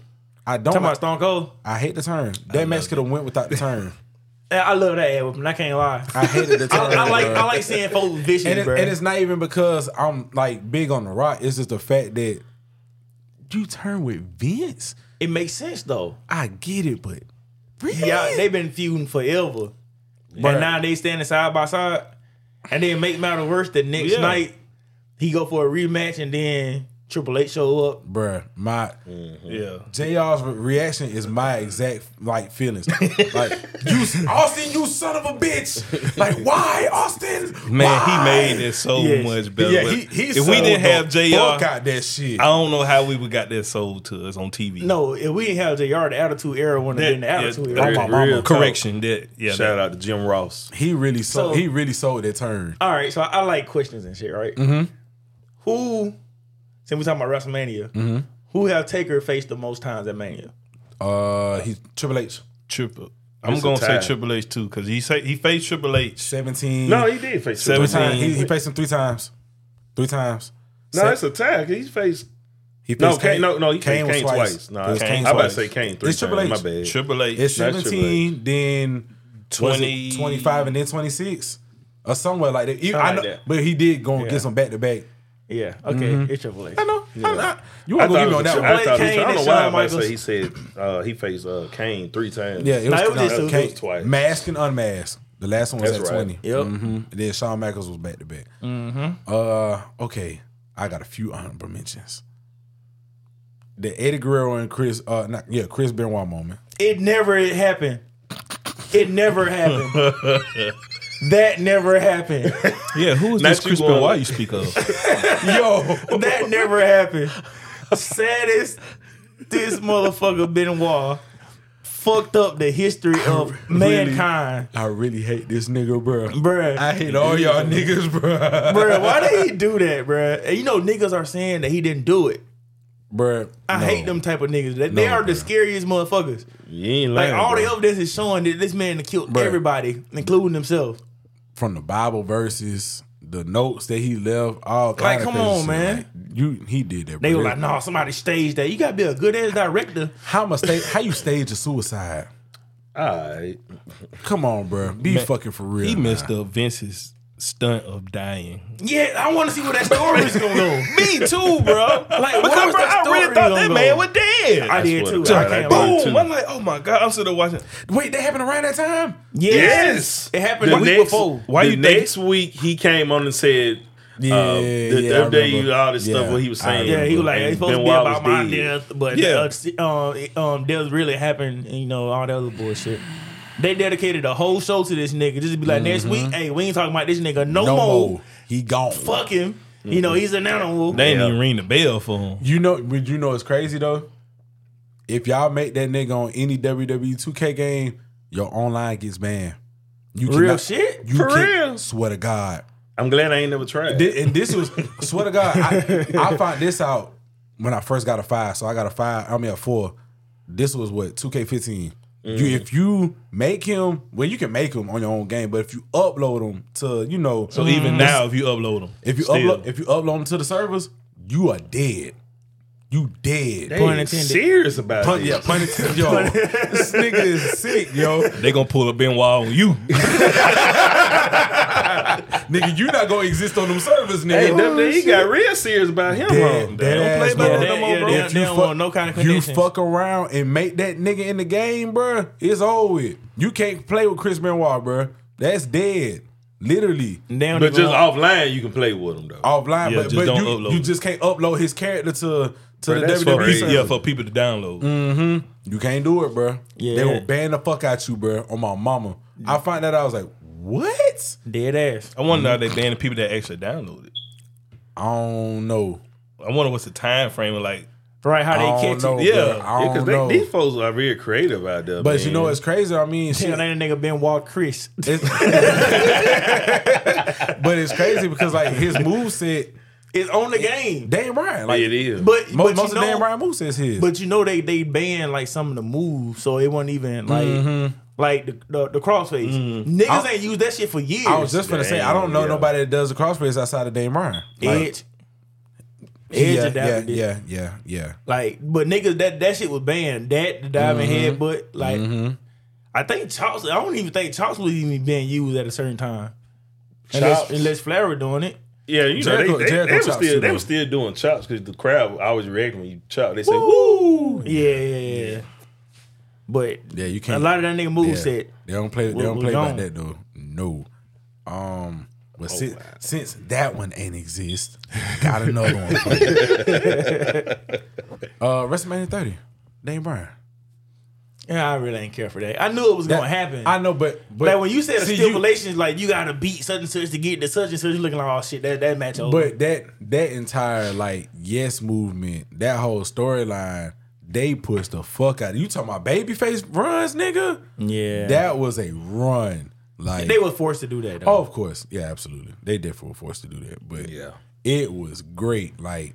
C: I don't
A: Talking about
C: like,
A: Stone Cold,
C: I hate the turn. That match could have went without the turn.
A: Yeah, I love that ad whipping. I can't lie.
C: I hated the
A: I,
C: turn.
A: I like
C: bruh.
A: I like seeing folks vicious,
C: and, it-
A: bro.
C: and it's not even because I'm like big on the rock. It's just the fact that you turn with Vince.
A: it makes sense though.
C: I get it, but really?
A: Yeah, they've been feuding forever, but now they standing side by side, and then make matters worse. The next
E: Yeah.
A: night, he go for a rematch, and then Triple H show up.
C: Bruh, my
E: Yeah.
C: JR's re- reaction is my exact like feelings. like you, Austin, you son of a bitch! Like why, Austin?
E: Man,
C: Why?"
E: he made it so
A: Yes.
E: much better.
C: Yeah,
E: But
C: he, he
E: if we
C: sold
E: didn't
C: the
E: have
C: fuck
E: JR,
C: out that shit.
E: I don't know how we would got that sold to us on TV.
A: No, if we didn't have JR, the Attitude Era wouldn't
E: That-
A: have been the
E: yeah,
A: Attitude
E: that-
A: Era.
C: my mama.
D: Real talk.
E: correction. That yeah, that-
D: Shout out to Jim Ross.
C: he really sold.
A: So-
C: he really sold that turn.
A: All right, so I like questions and shit, right? Mm-hmm. Who, since we talking about WrestleMania, who have Taker faced the most times at Mania?
C: Uh, he Triple H.
E: Triple. I I'm
D: It's a
E: gonna say
D: tie.
E: Triple H too because he say he faced Triple H.
C: Seventeen.
D: No, he did face
C: three
D: Triple H.
E: Seventeen.
C: times. He, he faced him three times. Three times.
D: No, it's a tag. He faced.
C: He
D: No,
C: faced
D: Kane, no, no, he
C: Kane
D: Kane, Kane
C: was twice.
D: twice. Nah,
C: It was Kane
D: I about to
C: twice.
D: say Kane three
C: It's Triple
D: times.
C: H.
D: My bad.
E: Triple H.
C: It's
D: That's
C: seventeen, then twenty,
E: 20
C: twenty-five, and then twenty-six, or somewhere like that. You- I
A: Something
C: know,
A: like that.
C: but he did go and
A: Yeah.
C: get some back to back.
A: Yeah. Okay. It's Triple H.
C: I know. I- I- you
D: I
C: won't give
D: thought it
C: me
D: was
C: on that
D: Triple
C: one.
D: H. I thought it was-
A: Kane
D: I don't
A: and
D: know why
A: Shawn
D: I about to
A: Michaels.
D: say he said uh, he faced uh, Kane three times.
C: Yeah, it
A: Nah,
C: was,
A: it was
C: no,
A: just- it was
C: Kane-
D: just twice.
C: Masked and unmasked. The last one was
D: That's
C: at
D: right. Mm-hmm.
C: twenty.
A: Yep.
C: And then Shawn Michaels was back to back. Uh, okay, I got a few honorable mentions. The Eddie Guerrero and Chris, uh, not, yeah, Chris Benoit moment.
A: It never happened. It never happened. that never happened.
E: Yeah, who is
D: Not
E: this
D: you
E: Chris
D: going-
E: Benoit you speak of?
C: Yo,
A: That never happened. Saddest this motherfucker Benoit fucked up the history of mankind.
C: I really hate this nigga, bro.
A: Bruh.
C: I hate all y'all niggas, bro.
A: bruh, why did he do that, bruh? And you know niggas are saying that he didn't do it.
C: Bruh,
A: I
C: no.
A: hate them type of niggas. They, they
C: No,
A: are the
C: bruh.
A: scariest motherfuckers.
D: You ain't
A: Like
D: lying,
A: all
D: bro.
A: the evidence is showing that this man killed
C: Bruh.
A: everybody, including himself.
C: from the Bible verses, the notes that he left, all
A: Like,
C: kind of
A: come
C: crazy
A: on,
C: shit.
A: man.
C: Like, you he did that.
A: They
C: bro.
A: were like, "No, somebody staged that." You gotta be a good ass director.
C: how must how you stage a suicide?
D: All right.
C: Come on, bro, be fucking for real.
E: He
C: man.
E: missed up Vince's stunt of dying.
A: Yeah, I want to see where that story is gonna go. Me too, bro. Like, where's
E: Because, bro,
A: that story gonna go?
E: dead.
A: I
E: I
A: did
D: swear
A: too.
D: to
A: I
D: God, I
A: can't
D: did.
A: lie.
E: Boom!
D: too.
E: I'm like, oh my god! I'm sitting there watching.
C: Wait, that happened around that time.
A: Yes.
D: Yes.
A: it happened
D: The
A: the week
D: next-
A: before.
E: Why
D: the
E: you think-
D: next week he came on and said,
C: Yeah,
D: uh, the
C: yeah, I
D: other day
C: remember.
D: all this stuff
C: Yeah,
D: what he was
C: I
D: saying.
A: Yeah, he was like,
D: And
A: "It's supposed to be
D: Benoit
A: about
D: was
A: my
D: dead.
A: death, but
E: Yeah.
A: yeah, uh, um, um, death really happened, and you know all that other bullshit." They dedicated a whole show to this nigga. Just to be like, next week, hey, we ain't talking about this nigga no,
C: Mm-hmm. No
A: more.
C: more. Mm-hmm. He gone.
A: Fuck him. You know he's an animal.
E: They didn't
D: Yeah.
E: even ring the bell for him.
C: You know, but you know it's crazy though. If y'all make that nigga on any WWE 2K game, your online gets banned. You
A: Real
C: cannot-
A: shit?
C: You
D: For
C: can't-
D: real?
C: Swear to God.
D: I'm glad I ain't never tried.
C: Thi- and this was swear to God, I, I found this out when I first got a five. So I got a five. I mean a four. This was what two K fifteen. You
E: Mm.
C: if you make him, well, you can make him on your own game. But if you upload him to, you know,
E: So even now, if you upload them,
C: if you upload if you upload him to the servers, you are dead. You dead.
D: They
A: Pun
D: ain't
A: intended.
D: serious about
C: Pun-
D: this.
C: yeah, pun intended, yo. this nigga is sick, yo.
E: they gonna pull a Benoit on you.
C: Nigga, you not gonna exist on them servers, nigga.
D: Hey, WWE he got real serious about him.
C: Dead,
D: huh?
C: dead ass,
A: play
C: bro.
A: by that no more, bro.
C: If
A: They
C: you
A: don't
C: fuck-
A: want no kind of
C: You
A: connections.
C: fuck around and make that nigga in the game, bro. It's over. with. You can't play with Chris Benoit, bro. That's dead. Literally
A: And they don't
D: But
A: even
D: just
A: want-
D: offline, you can play with him though.
C: offline,
E: Yeah,
C: but,
E: just
C: but
E: don't
C: you,
E: upload.
C: you just can't upload his character to to the
D: that's
C: WWE.
D: crazy.
C: server.
E: yeah, for people to download.
A: Mm-hmm.
C: You can't do it, bro.
A: Yeah.
C: They will ban the fuck out you, bro. On my mama, I find that out, I was like, what?
A: dead ass.
E: I wonder how they ban the people that actually download it.
C: I don't know.
E: I wonder what's the time frame of like.
A: Right? How
C: I
A: they
C: don't
A: catch
C: know,
A: it?
E: Yeah.
C: bro. I
D: Yeah,
C: don't
D: because they,
C: know.
D: these folks are real creative out there.
C: But
D: man.
C: you know, it's crazy. I mean, shit.
A: Damn, that nigga been walked Chris.
C: It's- but it's crazy because like his move set,
A: It's on the game,
C: Dan Bryan. Like
D: it is.
A: but
C: most,
A: but
C: most
A: you
C: of
A: know,
C: Dan Bryan move sets his.
A: But you know they they banned like some of the moves, so it wasn't even like like the the, the crossface. Niggas
C: Mm-hmm. I-
A: ain't used that shit for years.
C: I was just gonna say I don't know
D: yeah.
C: nobody that does the crossface outside of Dan Bryan. Like, uh,
A: Edge. Edge
C: yeah, yeah,
A: adapted it.
C: yeah, yeah, yeah.
A: Like, but niggas that that shit was banned. That the diving
C: Mm-hmm.
A: headbutt, like. I think Chops. I don't even think Chops was even being used at a certain time, unless,
D: Chops.
A: unless Flair were doing it.
D: yeah, you know,
C: Jericho-
D: they, they,
C: Jericho
D: they were
C: chops
D: still
C: too,
D: they
C: though.
D: were still doing chops because the crowd always react when you chop. They say,
A: Woo! Yeah, yeah, yeah. yeah. But
C: Yeah, you can't.
A: a lot of that nigga move
C: yeah.
A: set.
C: They don't play. They
A: Well,
C: don't
A: we
C: play like
A: don't.
C: that though. No.
A: Oh,
C: Um. But since, since that one ain't exist, got another one. for you. uh, WrestleMania 30, Dan Bryan.
A: Yeah, I really ain't care for that. I knew it was gonna
C: That-
A: happen.
C: I know, but but
A: like when you said a
C: see,
A: stipulations, like you gotta beat such and such to get to such and such, you looking like oh shit, that that match over.
C: But that that entire like yes movement, that whole storyline, they pushed the fuck out. of You talking about babyface runs, nigga?
A: yeah,
C: That was a run. Like
A: they were forced to do that.
C: Oh,
A: Though.
C: of course. Yeah, absolutely. They definitely were forced to do that. But
D: Yeah.
C: it was great. Like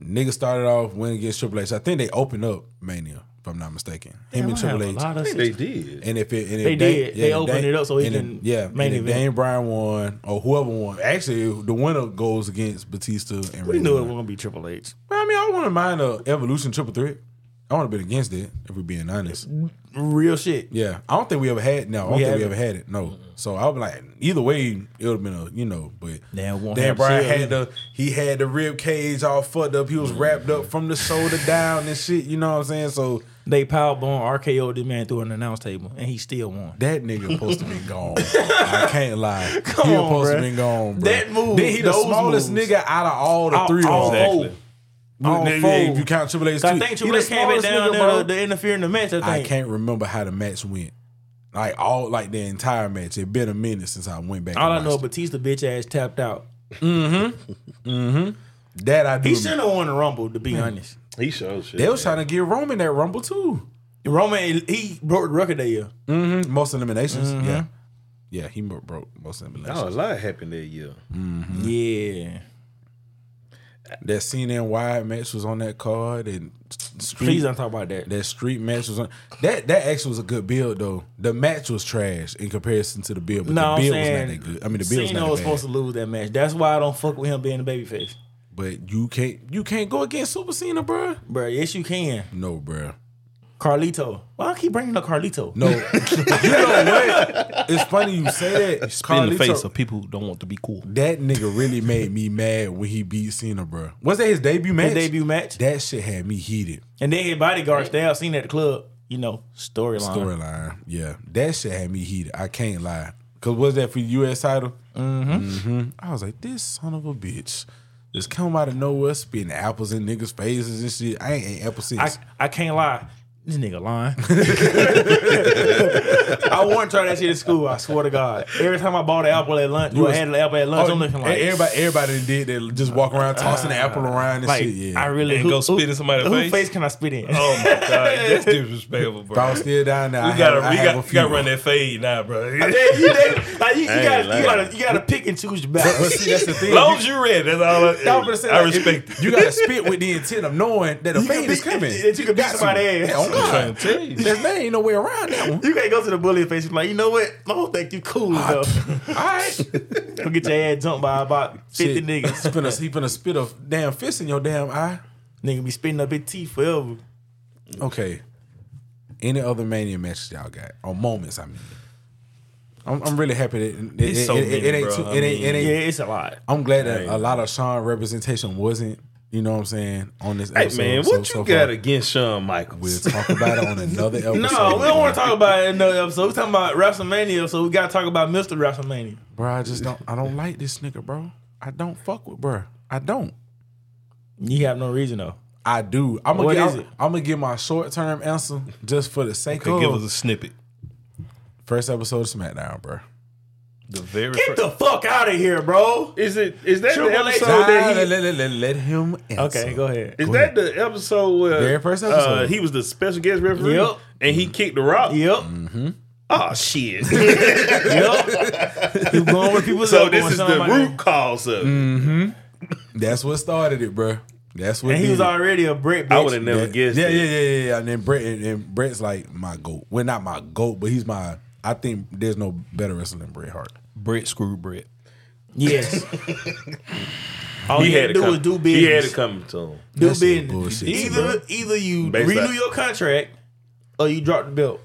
C: niggas started off winning against Triple H. I think they opened up Mania for I'm not mistaken.
A: Damn,
C: Him
A: I
C: and
A: have
C: Triple
A: a
C: H.
A: lot of
D: They did.
C: And if it, and if
A: They
C: Dan-
A: did. They
C: if
A: opened
C: Dan-
A: it up so he
C: and
A: can
C: If, yeah,
A: main
C: and if
A: event.
C: Daniel Bryan won or whoever won. Actually, the winner goes against Batista and
A: We
C: Randy
A: knew it
C: Orton.
A: was gonna be Triple H.
C: I mean, I wouldn't mind a Evolution triple threat. I would have been against it if we're being honest.
A: Real shit.
C: Yeah, I don't think we ever had. No, I don't
A: We
C: think we ever
A: haven't.
C: had it. No, so I was like, either way, it would have been a you know. But
A: Now it won't
C: Dan
A: have
C: Bryan
A: Sid.
C: had the he had the rib cage all fucked up. He was wrapped up from the shoulder down and shit. You know what I'm saying? So
A: They powerbomb RKO this man through an announce table, and he still won.
C: that nigga supposed to be gone. I can't lie. he was
A: on,
C: supposed to
A: bruh.
C: be gone. Bruh.
A: That move,
C: Then he the
A: those
C: smallest
A: moves.
C: nigga out of all the
A: All-
C: three
A: all
C: of them.
A: four.
E: Exactly.
A: all
C: Nigga,
A: four.
C: If you count Triple H,
A: I
C: too.
A: think
C: He the
A: Triple H came back
C: smallest
A: down
C: nigga,
A: there
C: bro.
A: to, to interfere in the match. I think.
C: I can't remember how the match went. Like all like the entire match. It's been a minute since I went back.
A: All I
C: and
A: know is
C: watched
A: Batista bitch ass tapped out.
C: it. that I do.
A: He
C: remember.
A: should have won the Rumble, to be honest.
D: He showed shit.
C: They was trying to get Roman that Rumble too.
A: Roman, he broke the record that year.
C: Mm, Most eliminations.
A: Mm-hmm.
C: Yeah, yeah. He mo- broke most eliminations.
D: Oh, a lot happened that year.
A: Mm-hmm. Yeah.
C: That Cena and Wyatt match was on that card, and street,
A: Please don't talk about that.
C: that street match was on. That that actually was a good build though. The match was trash in comparison to the build, but
A: No,
C: the
A: I'm
C: build
A: saying
C: was not that good. I mean, the build was
A: Cena
C: not
A: was
C: that bad.
A: supposed to lose that match. That's why I don't fuck with him being the babyface.
C: But you can't you can't go against Super Cena, bruh.
A: Bro, yes, you can.
C: No, bruh.
A: Carlito. Why I keep bringing up Carlito?
C: No, you know what? It's funny you say that.
E: Spit in the
C: Carlito-
E: face of people who don't want to be cool.
C: that nigga really made me mad when he beat Cena, bro. Was that his debut match?
A: His debut match.
C: That shit had me heated.
A: And then his bodyguard style seen at the club. You know, storyline.
C: Storyline, yeah, that shit had me heated. I can't lie. Cause was that for the U.S. title? Mm-hmm. I was like, this son of a bitch just come out of nowhere, spitting apples in niggas' faces and shit. I ain't ate apple since.
A: I, I can't lie. This nigga lying. I wouldn't try that shit at school. I swear to God. Every time I bought an apple at lunch, well, I had an apple at lunch.
C: Oh,
A: I'm looking like
C: everybody, everybody that did that. Just walk around tossing the
E: Ah.
C: apple around and
A: Like
C: shit. Yeah,
A: I really
E: And go spit in somebody's
A: who
E: face?
A: can I spit in?
E: Oh my god, that's disrespectful, bro.
C: if I was still down there, I
E: we
C: have-
E: gotta,
C: I
E: we
C: have a
E: got,
C: few.
E: gotta run that fade now, bro.
A: They- you- they- like, you, you
D: ain't
A: gotta, you
D: lying.
A: gotta you gotta pick and choose your
C: But
A: battles.
C: see, that's the thing.
E: long as you red, that's all. I,
C: I, was gonna say,
E: I
C: like, if
E: respect. it.
C: You gotta spit with the intent of knowing that a
A: You can
C: fade is
A: beat-
C: coming.
A: that you can beat
C: Got to.
A: somebody's ass.
C: Yeah, on God.
E: trying to tell you.
C: There's there ain't no way around that one.
A: You can't go to the bully face and be like, you know what? I don't think you cool enough.
C: All right,
A: Go get your ass jumped by about fifty
C: Shit.
A: niggas.
C: He finna, he finna spit a damn fist in your damn eye.
A: Nigga be spitting up his teeth forever.
C: Okay. Any other mania matches y'all got or moments? I mean, I'm, I'm really happy that it,
E: It's
C: it-
E: so
C: it- it
E: many,
C: ain't
E: bro.
C: too,
E: I
C: it ain't, it
A: Yeah,
C: ain't
A: it's a lot.
C: I'm glad that a lot of Sean representation wasn't. You know what I'm saying on this.
D: Hey
C: episode.
D: man,
C: So-
D: what
C: so
D: you
C: far,
D: got against Shawn
E: um,
D: Michaels?
C: We'll talk about it on another episode.
A: No, we don't want to talk about it in another episode. We're talking about WrestleMania, so we gotta talk about Mr. WrestleMania.
C: bro. I just don't. I don't like this nigga, bro. I don't fuck with, bro. I don't.
A: You have no reason though.
C: I do. I'm gonna
A: What
C: get,
A: is
C: I'm,
A: it?
C: gonna give my short term answer just for the sake
E: Okay, give
C: of
E: us a snippet.
C: first episode of SmackDown, bro.
E: The very
A: Get the fuck out of here, bro.
D: Is it is that
A: Triple
D: the
A: H-
D: episode
A: Nah,
D: that he
C: let, let- let- let- let him answer.
A: Okay, go ahead.
D: Is that the episode where
C: Very first episode.
D: Uh, he was the special guest referee?
A: Yep.
D: And he kicked the rock?
A: Yep.
D: Oh, shit.
A: Yep. you going with people's
D: so
A: elbow
D: this
A: and
D: is the
A: somebody-
D: root cause of it.
C: Mm. That's what started it, bro. That's what
A: And he
C: did
A: was
C: it.
A: already a brick bitch.
D: I would have never guessed
C: yeah,
D: it.
C: yeah, yeah, yeah, yeah. And then Brett and, and Brett's like my goat. Well, not my goat, but he's my. I think there's no better wrestler than Bret Hart.
E: Brett screw Brett.
A: Yes. All he, had to do
D: come,
A: was do
D: He had
A: business.
D: it coming to him.
A: do
C: That's some
A: business.
C: bullshit,
A: Either either you
D: Based
A: renew
D: out-
A: your contract or you drop the belt.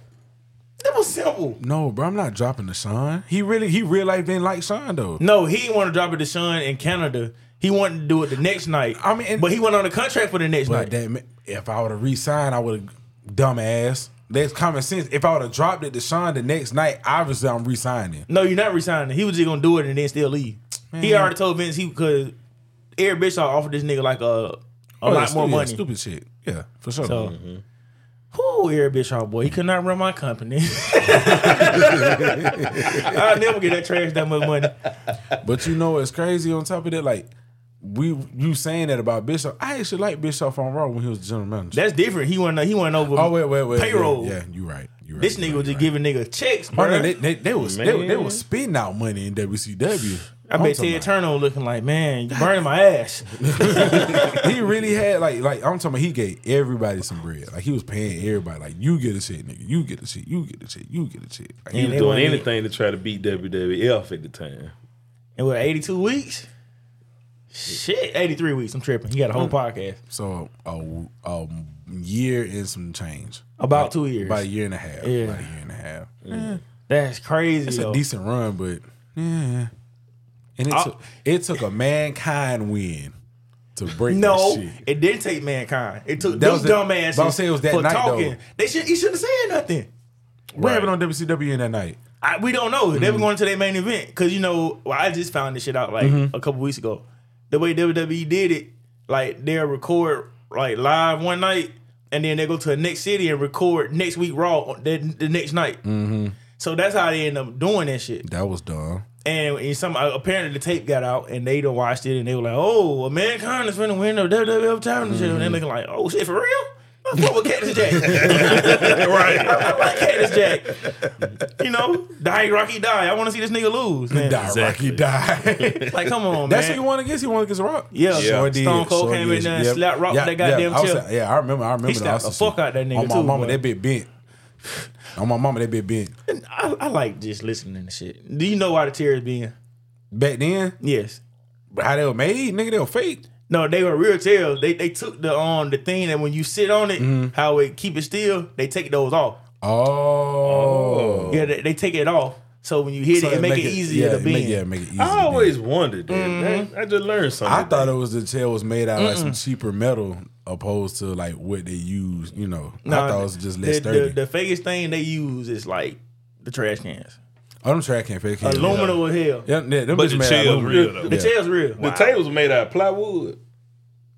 A: That was simple.
C: No, bro, I'm not dropping the Sean. He really, he real life didn't like Sean though.
A: No, he didn't want to drop it to Sean in Canada. He wanted to do it the next night.
C: I mean, and-
A: but he went on a contract for the next night.
C: But that ma- if I would have re-signed, I would have dumbass. That's common sense. If I would have dropped it to Sean the next night, obviously I'm re-signing.
A: no, you're not resigning. He was just gonna do it and then still leave. He already told Vince he could. Eric Bischoff offered this nigga like a a
C: yeah,
A: lot
C: stu-
A: more
C: yeah,
A: money.
C: Oh, Stupid shit. Yeah, for sure.
A: So, whoo, Eric Bischoff boy, he could not run my company. I'll never get that trash that much money.
C: But you know what's crazy on top of that? Like, we you saying that about Bishop. I actually like Bishop on Raw when he was general manager.
A: That's different. He went he went over.
C: oh, wait, wait, wait.
A: payroll.
C: Yeah, yeah you right. you right.
A: This nigga was just giving nigga checks,
C: Oh, no,
A: bruh.
C: they, they, they was they, they
D: Man.
C: was spending out money in WCW.
A: I
C: I'm
A: bet
C: talking
A: Ted Turner was looking like, man, you burning my ass.
C: about- he really had like like I'm talking about he gave everybody some bread. Like he was paying everybody like you get a shit, nigga, you get a shit, you get a shit, you get a shit. Like,
D: He
A: And
D: was
A: they
D: doing
A: wasn't-
D: anything to try to beat WWF at the time.
A: And what, 82 weeks? Shit, 83 weeks. I'm tripping. He got a whole
C: Hmm.
A: podcast.
C: so a, a year and some change,
A: About two years.
C: about a year and a half,
A: Yeah.
C: about a year and a half.
A: That's crazy.
C: It's
A: though.
C: a decent run, but yeah. And it took it took a mankind win to break
A: no,
C: that shit.
A: it didn't take mankind. It took
C: That
A: those
C: was the-
A: dumbasses
C: but I'm saying it was that
A: for
C: night,
A: talking.
C: though.
A: They should he should have said nothing.
C: What happened on WCW in that night?
A: I, we don't know.
C: Mm-hmm.
A: They were going to their main event because you know well, I just found this shit out like
C: Mm-hmm.
A: a couple weeks ago. The way WWE did it, like they'll record like live one night and then they go to the next city and record next week Raw on the, the next night.
C: Mm-hmm.
A: So that's how they end up doing that shit.
C: That was dumb.
A: And, and some uh, apparently the tape got out and they done watched it and they were like, "Oh, well, mankind is finna win the WWF championship." And they looking like, "Oh shit, for real." I fuck with Cactus Jack. right. I like Cactus Jack. You know, die Rocky die. I want to see this nigga lose. Man.
C: Die, Rocky, die.
A: Like, come on,
C: That's
A: man.
C: who you want against. You want against Rock.
A: Yeah.
C: sure did.
A: Stone Cold
C: sure
A: came
C: did.
A: in there and
C: Yep.
A: slapped Rock with
C: Yep,
A: that goddamn
C: yep. I was
A: chair.
C: like- Yeah, I remember. I remember.
A: He
C: that.
A: slapped
C: I
A: the fuck out that nigga
C: On my
A: too,
C: mama,
A: boy.
C: that bit bent. On my mama, that bit bent.
A: I, I like just listening to shit. Do you know why the tears being?
C: Back then,
A: Yes.
C: how they were made, nigga, they were fake.
A: No, they were real tails. They they took the um the thing that when you sit on it, how it keep it still. They take those off.
C: Oh,
A: Yeah, they, they take it off. So when you hit
C: So
A: it, it make it, easier
C: yeah,
A: to
C: it
A: bend.
C: Make, yeah, make it easier.
D: I
C: to bend.
D: always wondered that.
A: Mm-hmm.
D: That- I just learned something.
C: I thought it was the tail was made out of like some cheaper metal, opposed to like what they use. You know, I thought it was just less
A: the,
C: sturdy.
A: The, the fakest thing they use is like the trash cans.
C: oh, them track can't fake. it.
A: Aluminum was hell.
C: Yeah, yeah, them
E: But
C: bitches
E: the
C: made out
E: tail's
C: aluminum.
E: real, though.
A: The tail's real.
D: the tables were made out of plywood.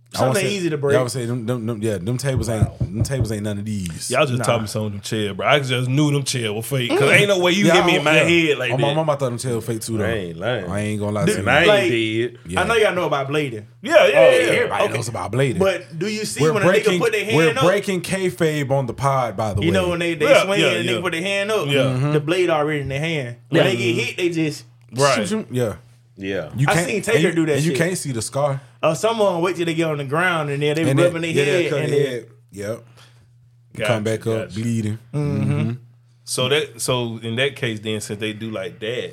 C: I would
A: Something
C: say-
A: easy to
C: Yeah, I
A: break.
C: would say them, them, them, yeah, them tables ain't them tables ain't none of these.
E: Y'all just talking some of them chair, bro. I just knew them chair were fake. Cause ain't no way you hit me in my head like
C: oh, My
E: that.
C: mama thought them tail fake too though.
D: I ain't lying.
C: I ain't gonna lie to you.
D: And I ain't
A: Like-
D: did.
C: Yeah.
A: I know y'all know about blading,
E: Yeah, yeah, yeah.
C: Everybody knows about blading.
A: but do you see
C: we're
A: when a
C: breaking
A: nigga put their
C: we're
A: hand up?
C: breaking kayfabe on the pod. By the way, Mm-hmm.
A: You know when they, they
E: Yeah,
A: swing
E: yeah,
A: and the
E: yeah.
A: nigga put their hand up,
E: Yeah. Mhm.
A: the blade already in their hand. When they get hit, they just
E: Right.
C: yeah.
D: Yeah.
C: You
A: I
C: can't-
A: seen Taker
C: and you-
A: do that
C: And you
A: shit.
C: can't see the scar.
A: uh, someone wait till they get on the ground and then they
C: And
A: rubbing
C: then-
A: their
C: yeah, they
A: head
C: cut
A: and
C: their
A: then
C: head. Yep.
E: Gotcha,
C: Come back up
E: gotcha.
C: bleeding.
E: So that so in that case, then since they do like that,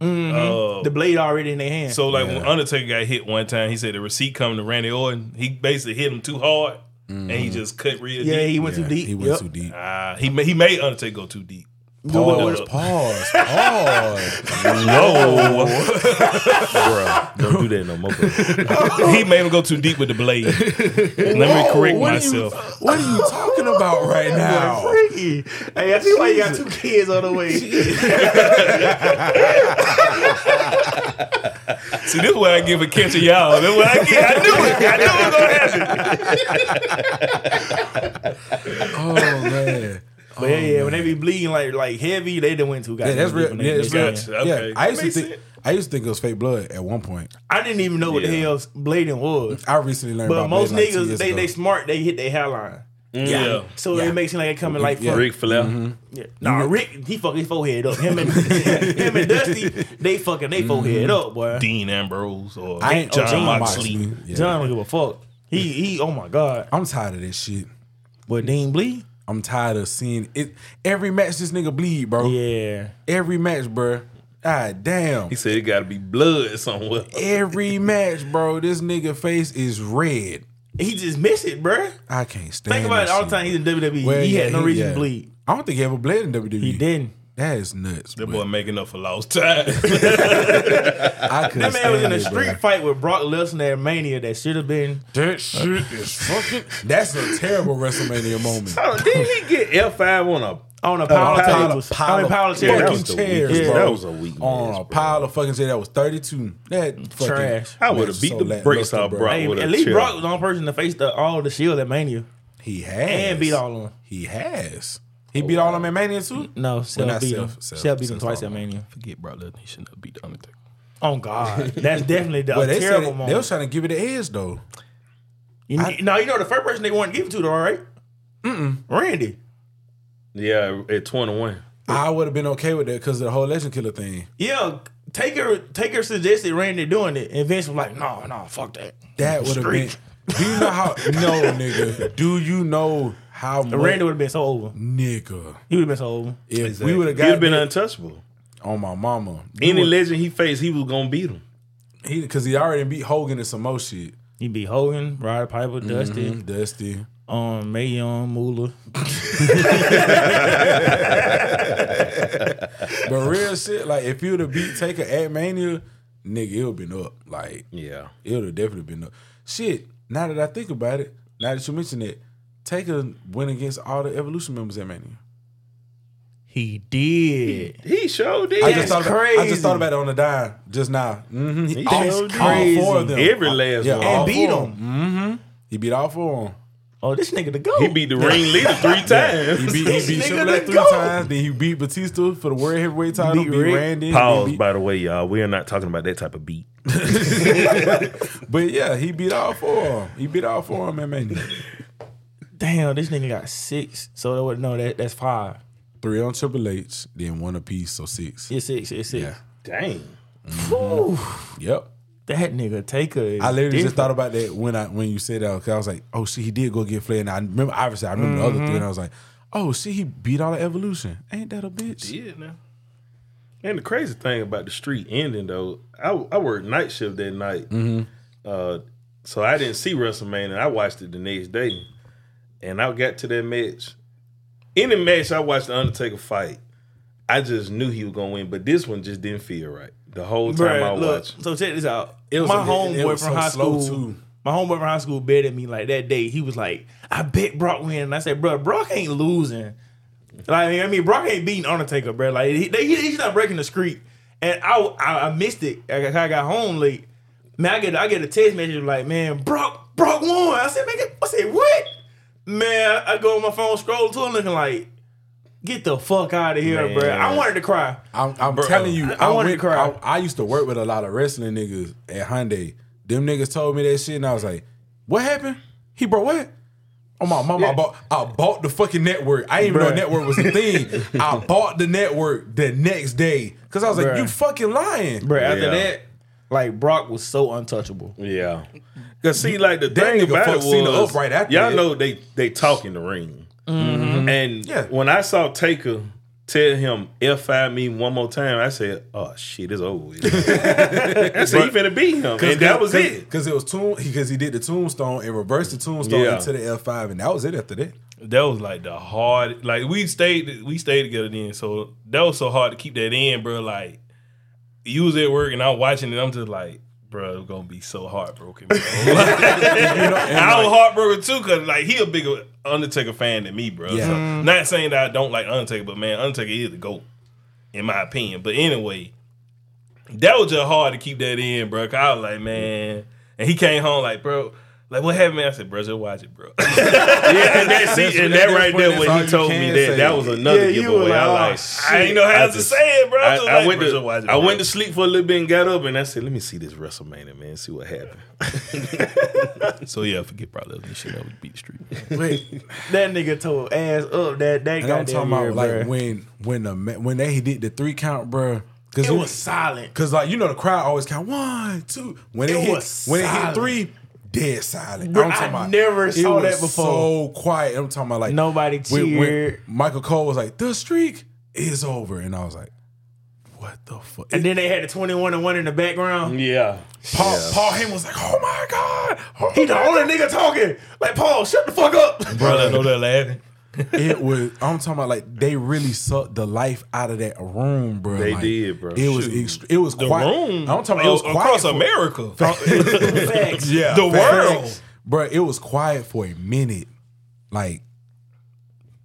E: uh,
A: the blade already in their hand.
E: so like when Undertaker got hit one time, he said the receipt coming to Randy Orton. He basically hit him too hard, and he just cut real
A: yeah,
E: deep.
A: he went
C: Yeah,
A: too deep.
C: He went
A: Yep.
C: too deep.
E: Ah, he ma- he made Undertaker go too deep.
C: Pause.
E: up.
C: Pause. Pause.
E: No,
D: Bro, don't do that no more. bro.
E: he made him go too deep with the blade. Let me correct
C: what are
E: myself.
C: What are you talking about right now?
A: Freaky. Hey, I see why you got two kids on the way.
E: See, this is what I give a catch of y'all. This is what I get. I knew it. I knew it was gonna happen.
C: Oh man.
A: But yeah, yeah, when they be bleeding like like heavy, they done went too
C: Yeah,
A: goddamn
C: that's
A: deep
C: real.
A: when they
C: Yeah,
A: did
C: that's
A: that.
E: real.
C: real.
E: Gotcha, okay.
C: Yeah, I used to
E: Makes
C: think I used to think it was fake blood at one point.
A: I didn't even know what the
D: Yeah.
A: hell blading was.
C: I recently learned
A: But
C: about
A: most
C: Blade like two
A: niggas,
C: years
A: they
C: ago.
A: they smart, they hit their hairline.
D: Mm-hmm.
E: Yeah.
A: So
C: Yeah.
A: it makes it like it coming like
C: Yeah.
A: fuck.
D: Ric Flair.
C: Mm-hmm.
A: Yeah. Nah, Rick, he fuck his forehead up. Him and him and Dusty, they fucking they forehead up, boy.
E: Dean Ambrose or
C: I ain't
E: John
C: oh, John
E: Moxley.
C: Moxley. Yeah.
A: John don't give a fuck. He he. Oh my god.
C: I'm tired of this shit.
A: But Dean bleed.
C: I'm tired of seeing it. Every match this nigga bleed, bro.
A: Yeah.
C: Every match, bro. God damn.
D: He said it got to be blood somewhere.
C: Every match, bro. This nigga face is red.
A: He just missed it, bruh.
C: I can't stand.
A: Think about it
C: this
A: all
C: shit.
A: the time. He's in WWE.
C: Well,
A: he
C: yeah,
A: had no reason
C: yeah.
A: to bleed.
C: I don't think he ever bled in WWE.
A: He didn't.
C: That is nuts.
E: That
C: but
E: boy making up for lost time.
C: I couldn't
A: That man was in
C: stand
A: a
C: it, bro.
A: street fight with Brock Lesnar at Mania that should have been.
C: That shit is fucking. That's a terrible WrestleMania moment.
D: Oh, did he get L5 on a.
A: On
C: Oh,
A: a pile of
C: pile
A: tables.
C: of,
A: I mean, pile of
C: fucking
D: that
A: chairs.
D: was the
C: chairs,
D: weakness.
C: bro. Uh,
D: That was a weakness,
C: On a
D: bro.
C: pile of fucking chairs. That was 32. That fucking
A: Trash.
D: I would've
C: that's
D: beat the
C: lackluster,
D: brakes off
C: bro.
D: Brock.
A: Hey,
D: with a
A: at least
D: chair.
A: Brock was the only person to face the, all the Shield at Mania.
C: He has.
A: And beat all of them. Oh,
C: He has. He beat all of them in Mania too?
A: No,
C: Well,
A: Seth
C: not
A: beat him.
C: Seth, Seth,
A: Seth beat him
C: Seth
A: twice at
C: Rollins.
A: Mania.
E: Forget Brock Lesnar. He should not beat the Undertaker.
A: Oh, God. That's definitely the
C: But they said
A: terrible
C: it- they
A: moment.
C: was trying to give it an edge though.
A: You, now, you know the first person they wanted to give it to, though, right? Mm-mm. Randy.
D: Yeah, at 21.
C: I would have been okay with that because the whole legend killer thing.
A: Yeah, Taker Taker suggested Randy doing it, and Vince was like, "No, no, fuck that."
C: That would have been.
A: Streak.
C: Do you know how? No, nigga. Do you know how much,
A: Randy would have been so over.
C: nigga?
A: He would have been so over.
C: If we would have
D: He'd
C: got
D: been
C: been
D: untouchable.
C: on my mama,
D: Any legend he faced, he was gonna beat him.
C: he because he already beat Hogan in some more shit.
A: He'd be Hogan, Ryder Piper,
C: Mm-hmm.
A: Dusty,
C: Dusty.
A: um, Mae Young, Moolah.
C: But real shit, like if you would have beat Taker at Mania, nigga, it would have been up. Like
D: Yeah.
C: it would have definitely been up. Shit. Now that I think about it, now that you mention it, Taker went against all the Evolution members at Mania.
A: He did.
D: He showed
C: I
D: it.
C: just thought about, I
A: crazy.
C: just thought about it on the dime just now. hmm He,
D: He
C: all,
D: sure
C: all
A: did.
C: four of them.
D: Every last
C: yeah,
D: one.
C: all
A: And beat
C: four.
A: him.
C: He beat all four of them.
A: Oh, this nigga the goat.
D: He beat the ring leader three
C: He
D: times.
C: beat,
A: This
C: he beat
A: nigga
C: Triple
A: the
C: H three
A: GOAT.
C: times. Then he beat Batista for the World Heavyweight title.
A: Beat
C: Beat,
A: Rick.
C: Randy. then
D: Pause,
C: beat-
D: by the way, y'all. We are not talking about that type of beat.
C: But yeah, he beat all four. of 'em. He beat all four of them, man.
A: Damn, this nigga got six. So that would no, that that's five.
C: Three on Triple H, then one apiece, so six.
A: It's six. It's six.
C: Yeah.
D: Dang.
A: Whew.
C: Yep.
A: that nigga Taker. Is
C: I literally just
A: different.
C: thought about that when I when you said that. 'cause I was like, oh shit, he did go get Flair. And I remember, obviously, I remember the other three. And I was like, oh shit, he beat all the Evolution. Ain't that a bitch?
D: Yeah, now. And the crazy thing about the street ending though, I, I worked night shift that night, uh, so I didn't see WrestleMania. I watched it the next day, and I got to that match. Any match I watched the Undertaker fight, I just knew he was gonna win. But this one just didn't feel right the whole time I
A: Bruh, look,
D: watched.
A: so check this out.
C: It was
A: my
C: a-
A: homeboy
C: it- it was
A: from
C: so
A: high
C: slow,
A: school.
C: too.
A: My homeboy from high school bet at me like that day. He was like, "I bet Brock win," and I said, "Bro, Brock ain't losing." Like I mean, Brock ain't beating Undertaker, bro. Like he, they, he- he's not breaking the streak. And I, I, I missed it. I got, I got home late. Man, I get I get a text message like, "Man, Brock Brock won." I said, "Man, I said what?" Man, I go on my phone, scroll to it, looking like, "Get the fuck out of here,
D: Man.
A: bro." I wanted to cry.
C: I'm, I'm telling you,
A: I
C: I,
A: wanted
C: went,
A: to cry.
C: I, I used to work with a lot of wrestling niggas at Hyundai. Them niggas told me that shit, and I was like, "What happened? He brought what?" Oh my mama, I bought I bought the fucking network. I didn't even know
A: Bruh.
C: network was a thing. I bought the network the next day because I was like,
A: Bruh.
C: "You fucking lying,
A: Bro, after
D: Yeah.
A: that, like Brock was so untouchable.
D: Yeah, cause see, like the
C: That
D: thing
C: nigga
D: about it
C: fucked
D: was,
C: Cena up right after
D: y'all
C: that. Mm-hmm.
D: know they they talk in the ring, and
C: Yeah.
D: when I saw Taker tell him F I me one more time, I said, "Oh shit, it's over." with." I said, "You finna beat him," and that was it.
C: Because it was tomb because he did the tombstone and reversed the tombstone
D: Yeah.
C: into the L five, and that was it after that.
E: That was like the hard. Like we stayed, we stayed together then. So that was so hard to keep that in, bro. Like you was at work and I'm watching it. I'm just like, bro, it's gonna be so heartbroken. Bro. And I was heartbroken too, cause like he a bigger Undertaker fan than me, bro.
C: Yeah.
E: So, not saying that I don't like Undertaker, but man, Undertaker is the goat, in my opinion. But anyway, that was just hard to keep that in, bro. Cause I was like, man, and he came home like, bro. Like what happened? man? I said, bro, just watch it, bro.
D: Yeah, and that, see, and that
C: that's
D: right
C: what-
D: there,
C: that's
D: when
C: all
D: he
C: you
D: told me
C: can
D: that,
C: say.
D: that was another
A: Yeah, you were
D: giveaway.
A: like,
D: I
A: "Oh,
D: like,
A: shit."
D: I ain't know how I
E: else to
D: just-
E: say it, bro. I,
D: I,
E: was just
D: I
E: like,
D: went
E: bro,
D: to
E: just watch it,
D: I
E: bro.
D: went to sleep for a little bit and got up and I said, "Let me see this WrestleMania, man. See what happened."
E: So yeah, forget Brock Lesnar. This shit would beat the street.
C: Wait,
A: That nigga tore ass up. That that
C: and I'm
A: goddamn
C: talking
A: year,
C: about like
A: bruh.
C: when when the ma- when they did the three count, bro. Because
A: it was silent.
C: Cause like you know the crowd always count one, two. When it,
A: It
C: hit,
A: was
C: when it
A: silent.
C: hit three, dead silent.
A: Bro,
C: I'm
A: I
C: talking about,
A: never
C: it
A: saw
C: was
A: that before.
C: So quiet. I'm talking about like
A: Nobody cheered.
C: Michael Cole was like, "The streak is over," and I was like, "What the fuck?"
A: And then they had the twenty one and one in the background.
D: yeah,
C: Paul Paul Heyman was like, "Oh my god!" Oh
A: He the only nigga talking. Like Paul, shut the fuck up.
E: Bro, I know they're laughing.
C: it was. I'm talking about like they really sucked the life out of that room, bro.
D: They
C: Like,
D: did, bro.
C: It was
D: Shoot.
C: ext- it was
E: The
C: quiet.
E: room.
C: I'm talking
A: Oh,
C: about it was quiet
E: across
C: for-
E: America.
A: Facts.
C: Yeah,
E: The
C: facts.
E: world.
C: bro. It was quiet for a minute. Like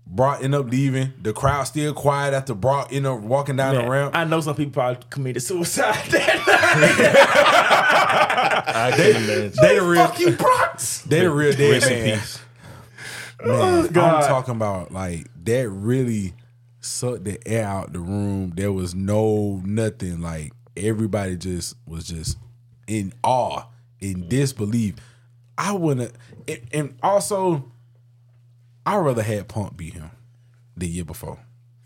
C: Brock ended up leaving. The crowd still quiet after Brock ended up walking down the ramp.
A: I know some people probably committed suicide that night.
E: I can imagine.
C: they the real,
A: fuck you, Brox.
C: they the real dead
E: Rest in
C: man.
E: peace.
D: Oh,
C: man.
A: God.
C: I'm talking about like that really sucked the air out the room. There was no nothing. Like everybody just was just in awe, in disbelief. I wouldn't, and, and also, I rather had Punk beat him the year before.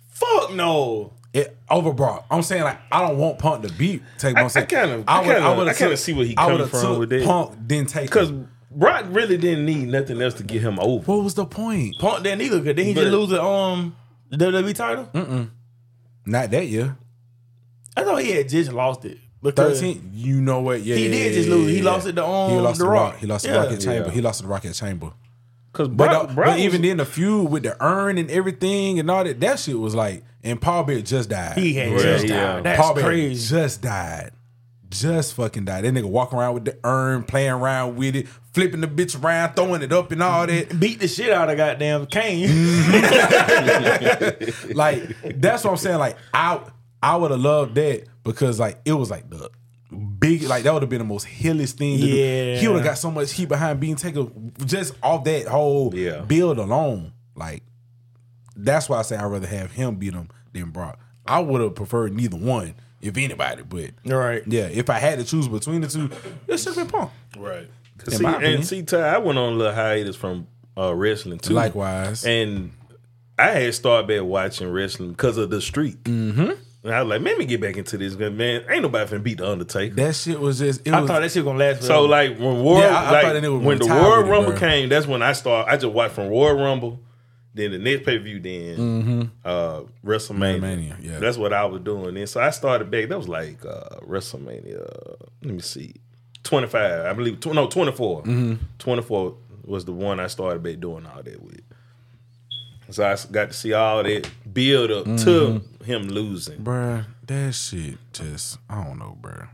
A: Fuck no.
C: It overbrought. I'm saying like I don't want Punk to beat Take.
D: I- I kinda- I kinda- I kinda see where he coming from with that.
C: Punk then take
D: Because
C: him.
D: Brock really didn't need nothing else to get him over.
C: what was the point?
A: Punk didn't either. Cause then he
D: But-
A: just lose the um the WWE title.
C: Mm. Not that year.
A: I thought he had just lost it. Because
C: Thirteen. You know what? Yeah,
A: He
C: yeah,
A: did
C: yeah,
A: just
C: yeah,
A: lose. He
C: yeah,
A: lost
C: yeah.
A: it to, um,
C: He lost
A: The
C: to
A: Rock.
C: He lost to
A: Yeah.
C: Rocket Chamber.
D: Yeah.
C: He lost to the Rocket Chamber.
D: Because
C: But,
D: Brock,
C: the-
D: Brock
C: but even
D: was,
C: then, the feud with the urn and everything and all that, that shit was like, and Paul Bear just died.
A: he had
D: Yeah,
A: just
D: yeah.
A: died. That's
C: Paul Bear
A: crazy.
C: just died. Just fucking died. That nigga walking around with the urn, playing around with it, flipping the bitch around, throwing it up and all that.
A: Beat the shit out of goddamn
C: Mm.
A: Kane.
C: like that's what I'm saying. Like I I would have loved that because like it was like the big like that would have been the most hilliest thing. To
A: Yeah.
C: do. he would have got so much heat behind being taken just off that whole
D: Yeah.
C: build alone. Like that's why I say I'd rather have him beat him than Brock. I would have preferred neither one if anybody, but
A: right.
C: yeah, if I had to choose between the two, it should have been Punk.
E: Right.
D: see,
C: my opinion.
D: and see, Ty, I went on a little hiatus from uh, wrestling too.
C: Likewise,
D: And I had started back watching wrestling because of the streak. Mm-hmm. And I was like, man, let me get back into this. 'cause, Man, ain't nobody finna beat the Undertaker.
C: that shit was just. It
A: I
C: was,
A: thought that shit gonna last.
D: So
A: forever.
D: like when Royal,
C: Yeah, I- I thought
D: like,
C: that nigga would
D: when the
C: retire
D: Royal
C: with it,
D: Rumble
C: bro.
D: came, that's when I started. I just watched from Royal Rumble, then the next pay per view, then uh, WrestleMania.
C: Mm-hmm. WrestleMania, yeah.
D: that's what I was doing. And so I started back. That was like uh, WrestleMania. Let me see, twenty five, I believe. Tw- no, twenty four was the one I started back doing all that with. So I s- got to see all that build up to him losing.
C: Bruh, that shit just I don't know, bruh.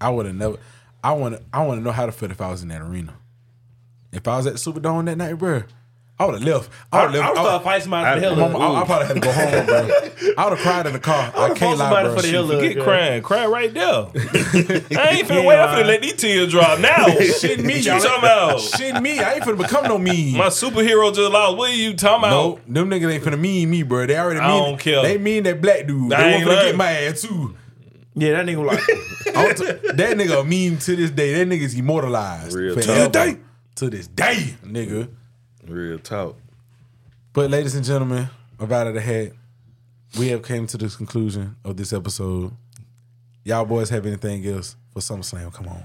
C: I would have never I wanna I wanna know how to feel if I was in that arena. If I was at the Superdome that night, bruh, I would have left. I
A: I,
C: would
A: I
C: have
A: would start
C: left. I,
A: fighting somebody for the
D: I-
A: hell
D: my
A: of
C: Mama,
A: it.
C: I, I probably had to go home, bro. I would have cried in the car. I,
A: would've
C: can't
A: fought
C: lie,
A: somebody
C: bro.
A: for the hell of it.
E: Get
A: Yeah.
E: crying, crying right there. I ain't finna wait. I'm
A: Yeah.
E: finna let these tears drop now.
C: Shit me,
E: you
C: y'all.
E: talking about?
C: Shit, me. I ain't finna become no mean.
E: My superhero just lost. What are you talking
C: No,
E: about?
C: them niggas ain't finna mean me, bruh. They already mean.
E: I don't care.
C: They mean that black dude.
E: I
C: They
E: ain't
C: want to get
E: learn.
C: my ass too.
A: Yeah, that nigga was like,
C: I'm t- that nigga a meme to this day. That nigga's immortalized.
D: Real
C: forever.
D: talk.
C: To this day. To this day, nigga.
D: Real talk.
C: But ladies and gentlemen, of out of the hat, we have came to the conclusion of this episode. Y'all boys have anything else for SummerSlam? Come on.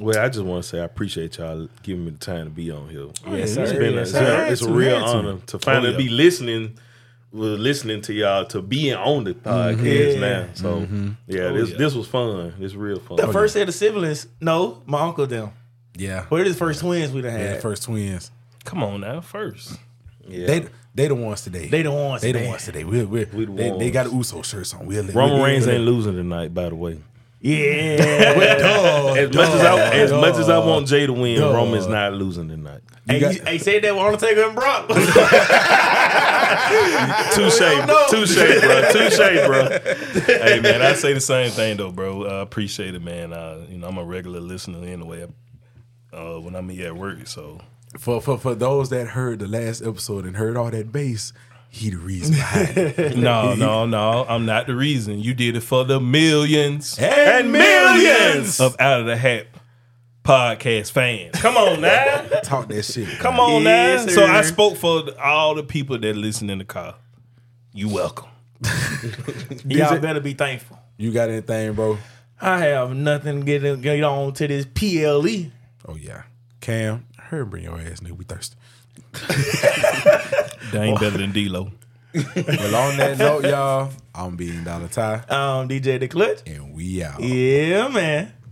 D: Well, I just want to say I appreciate y'all giving me the time to be on here.
A: Oh, yes,
D: It's
A: sir.
D: been a,
A: Yes,
D: it's a-
A: sir.
D: it's a
C: Had to,
D: real
C: had to.
D: honor to finally
E: yeah.
D: be listening, well, listening to y'all, to being on the podcast
A: Mm-hmm. Yeah. Mm-hmm. Oh,
D: now. So yeah, this this was fun. It's real fun.
C: Oh,
A: the first set of siblings. No, my uncle them.
C: Yeah.
A: Where the first twins we done had?
C: The first twins.
E: Come on now, first.
D: yeah.
C: They they the ones today.
A: They the ones.
C: They the
A: man.
C: ones today. We're, we're,
D: the
C: they, they
D: ones.
C: got Uso shirts on. We'll,
D: Roman
C: we'll,
D: Reigns ain't losing tonight, by the way.
A: Yeah.
D: As much as I as much as I want Jay to win,
C: Duh.
D: Roman's not losing tonight.
A: hey,
C: got-
A: you, hey, said that with Undertaker and Brock.
D: Touche,
A: know.
D: touche, bro. Touche, bro.
E: hey man, I say the same thing though, bro. I appreciate it, man. Uh, you know, I'm a regular listener anyway. Uh, when I'm here at work, so
C: For, for, for those that heard the last episode and heard all that bass, he the reason behind it.
E: no, no, no, I'm not the reason. You did it for the millions
C: and millions.
E: of out of the hat podcast fans. Come on now,
C: Talk that shit.
E: come on
A: Yes,
E: now. So I
A: sir.
E: spoke for all the people that listen in the car. You welcome.
A: Y'all better be thankful.
C: You got anything, bro?
A: I have nothing to get, get on to this E, PLE.
C: Oh yeah. Cam, hurry and bring your ass, nigga. We thirsty.
E: They ain't better than D-Lo.
C: Well, on that note, y'all, I'm being Dollar Ty,
A: Um, DJ the Clutch.
C: and we out.
A: Yeah, man.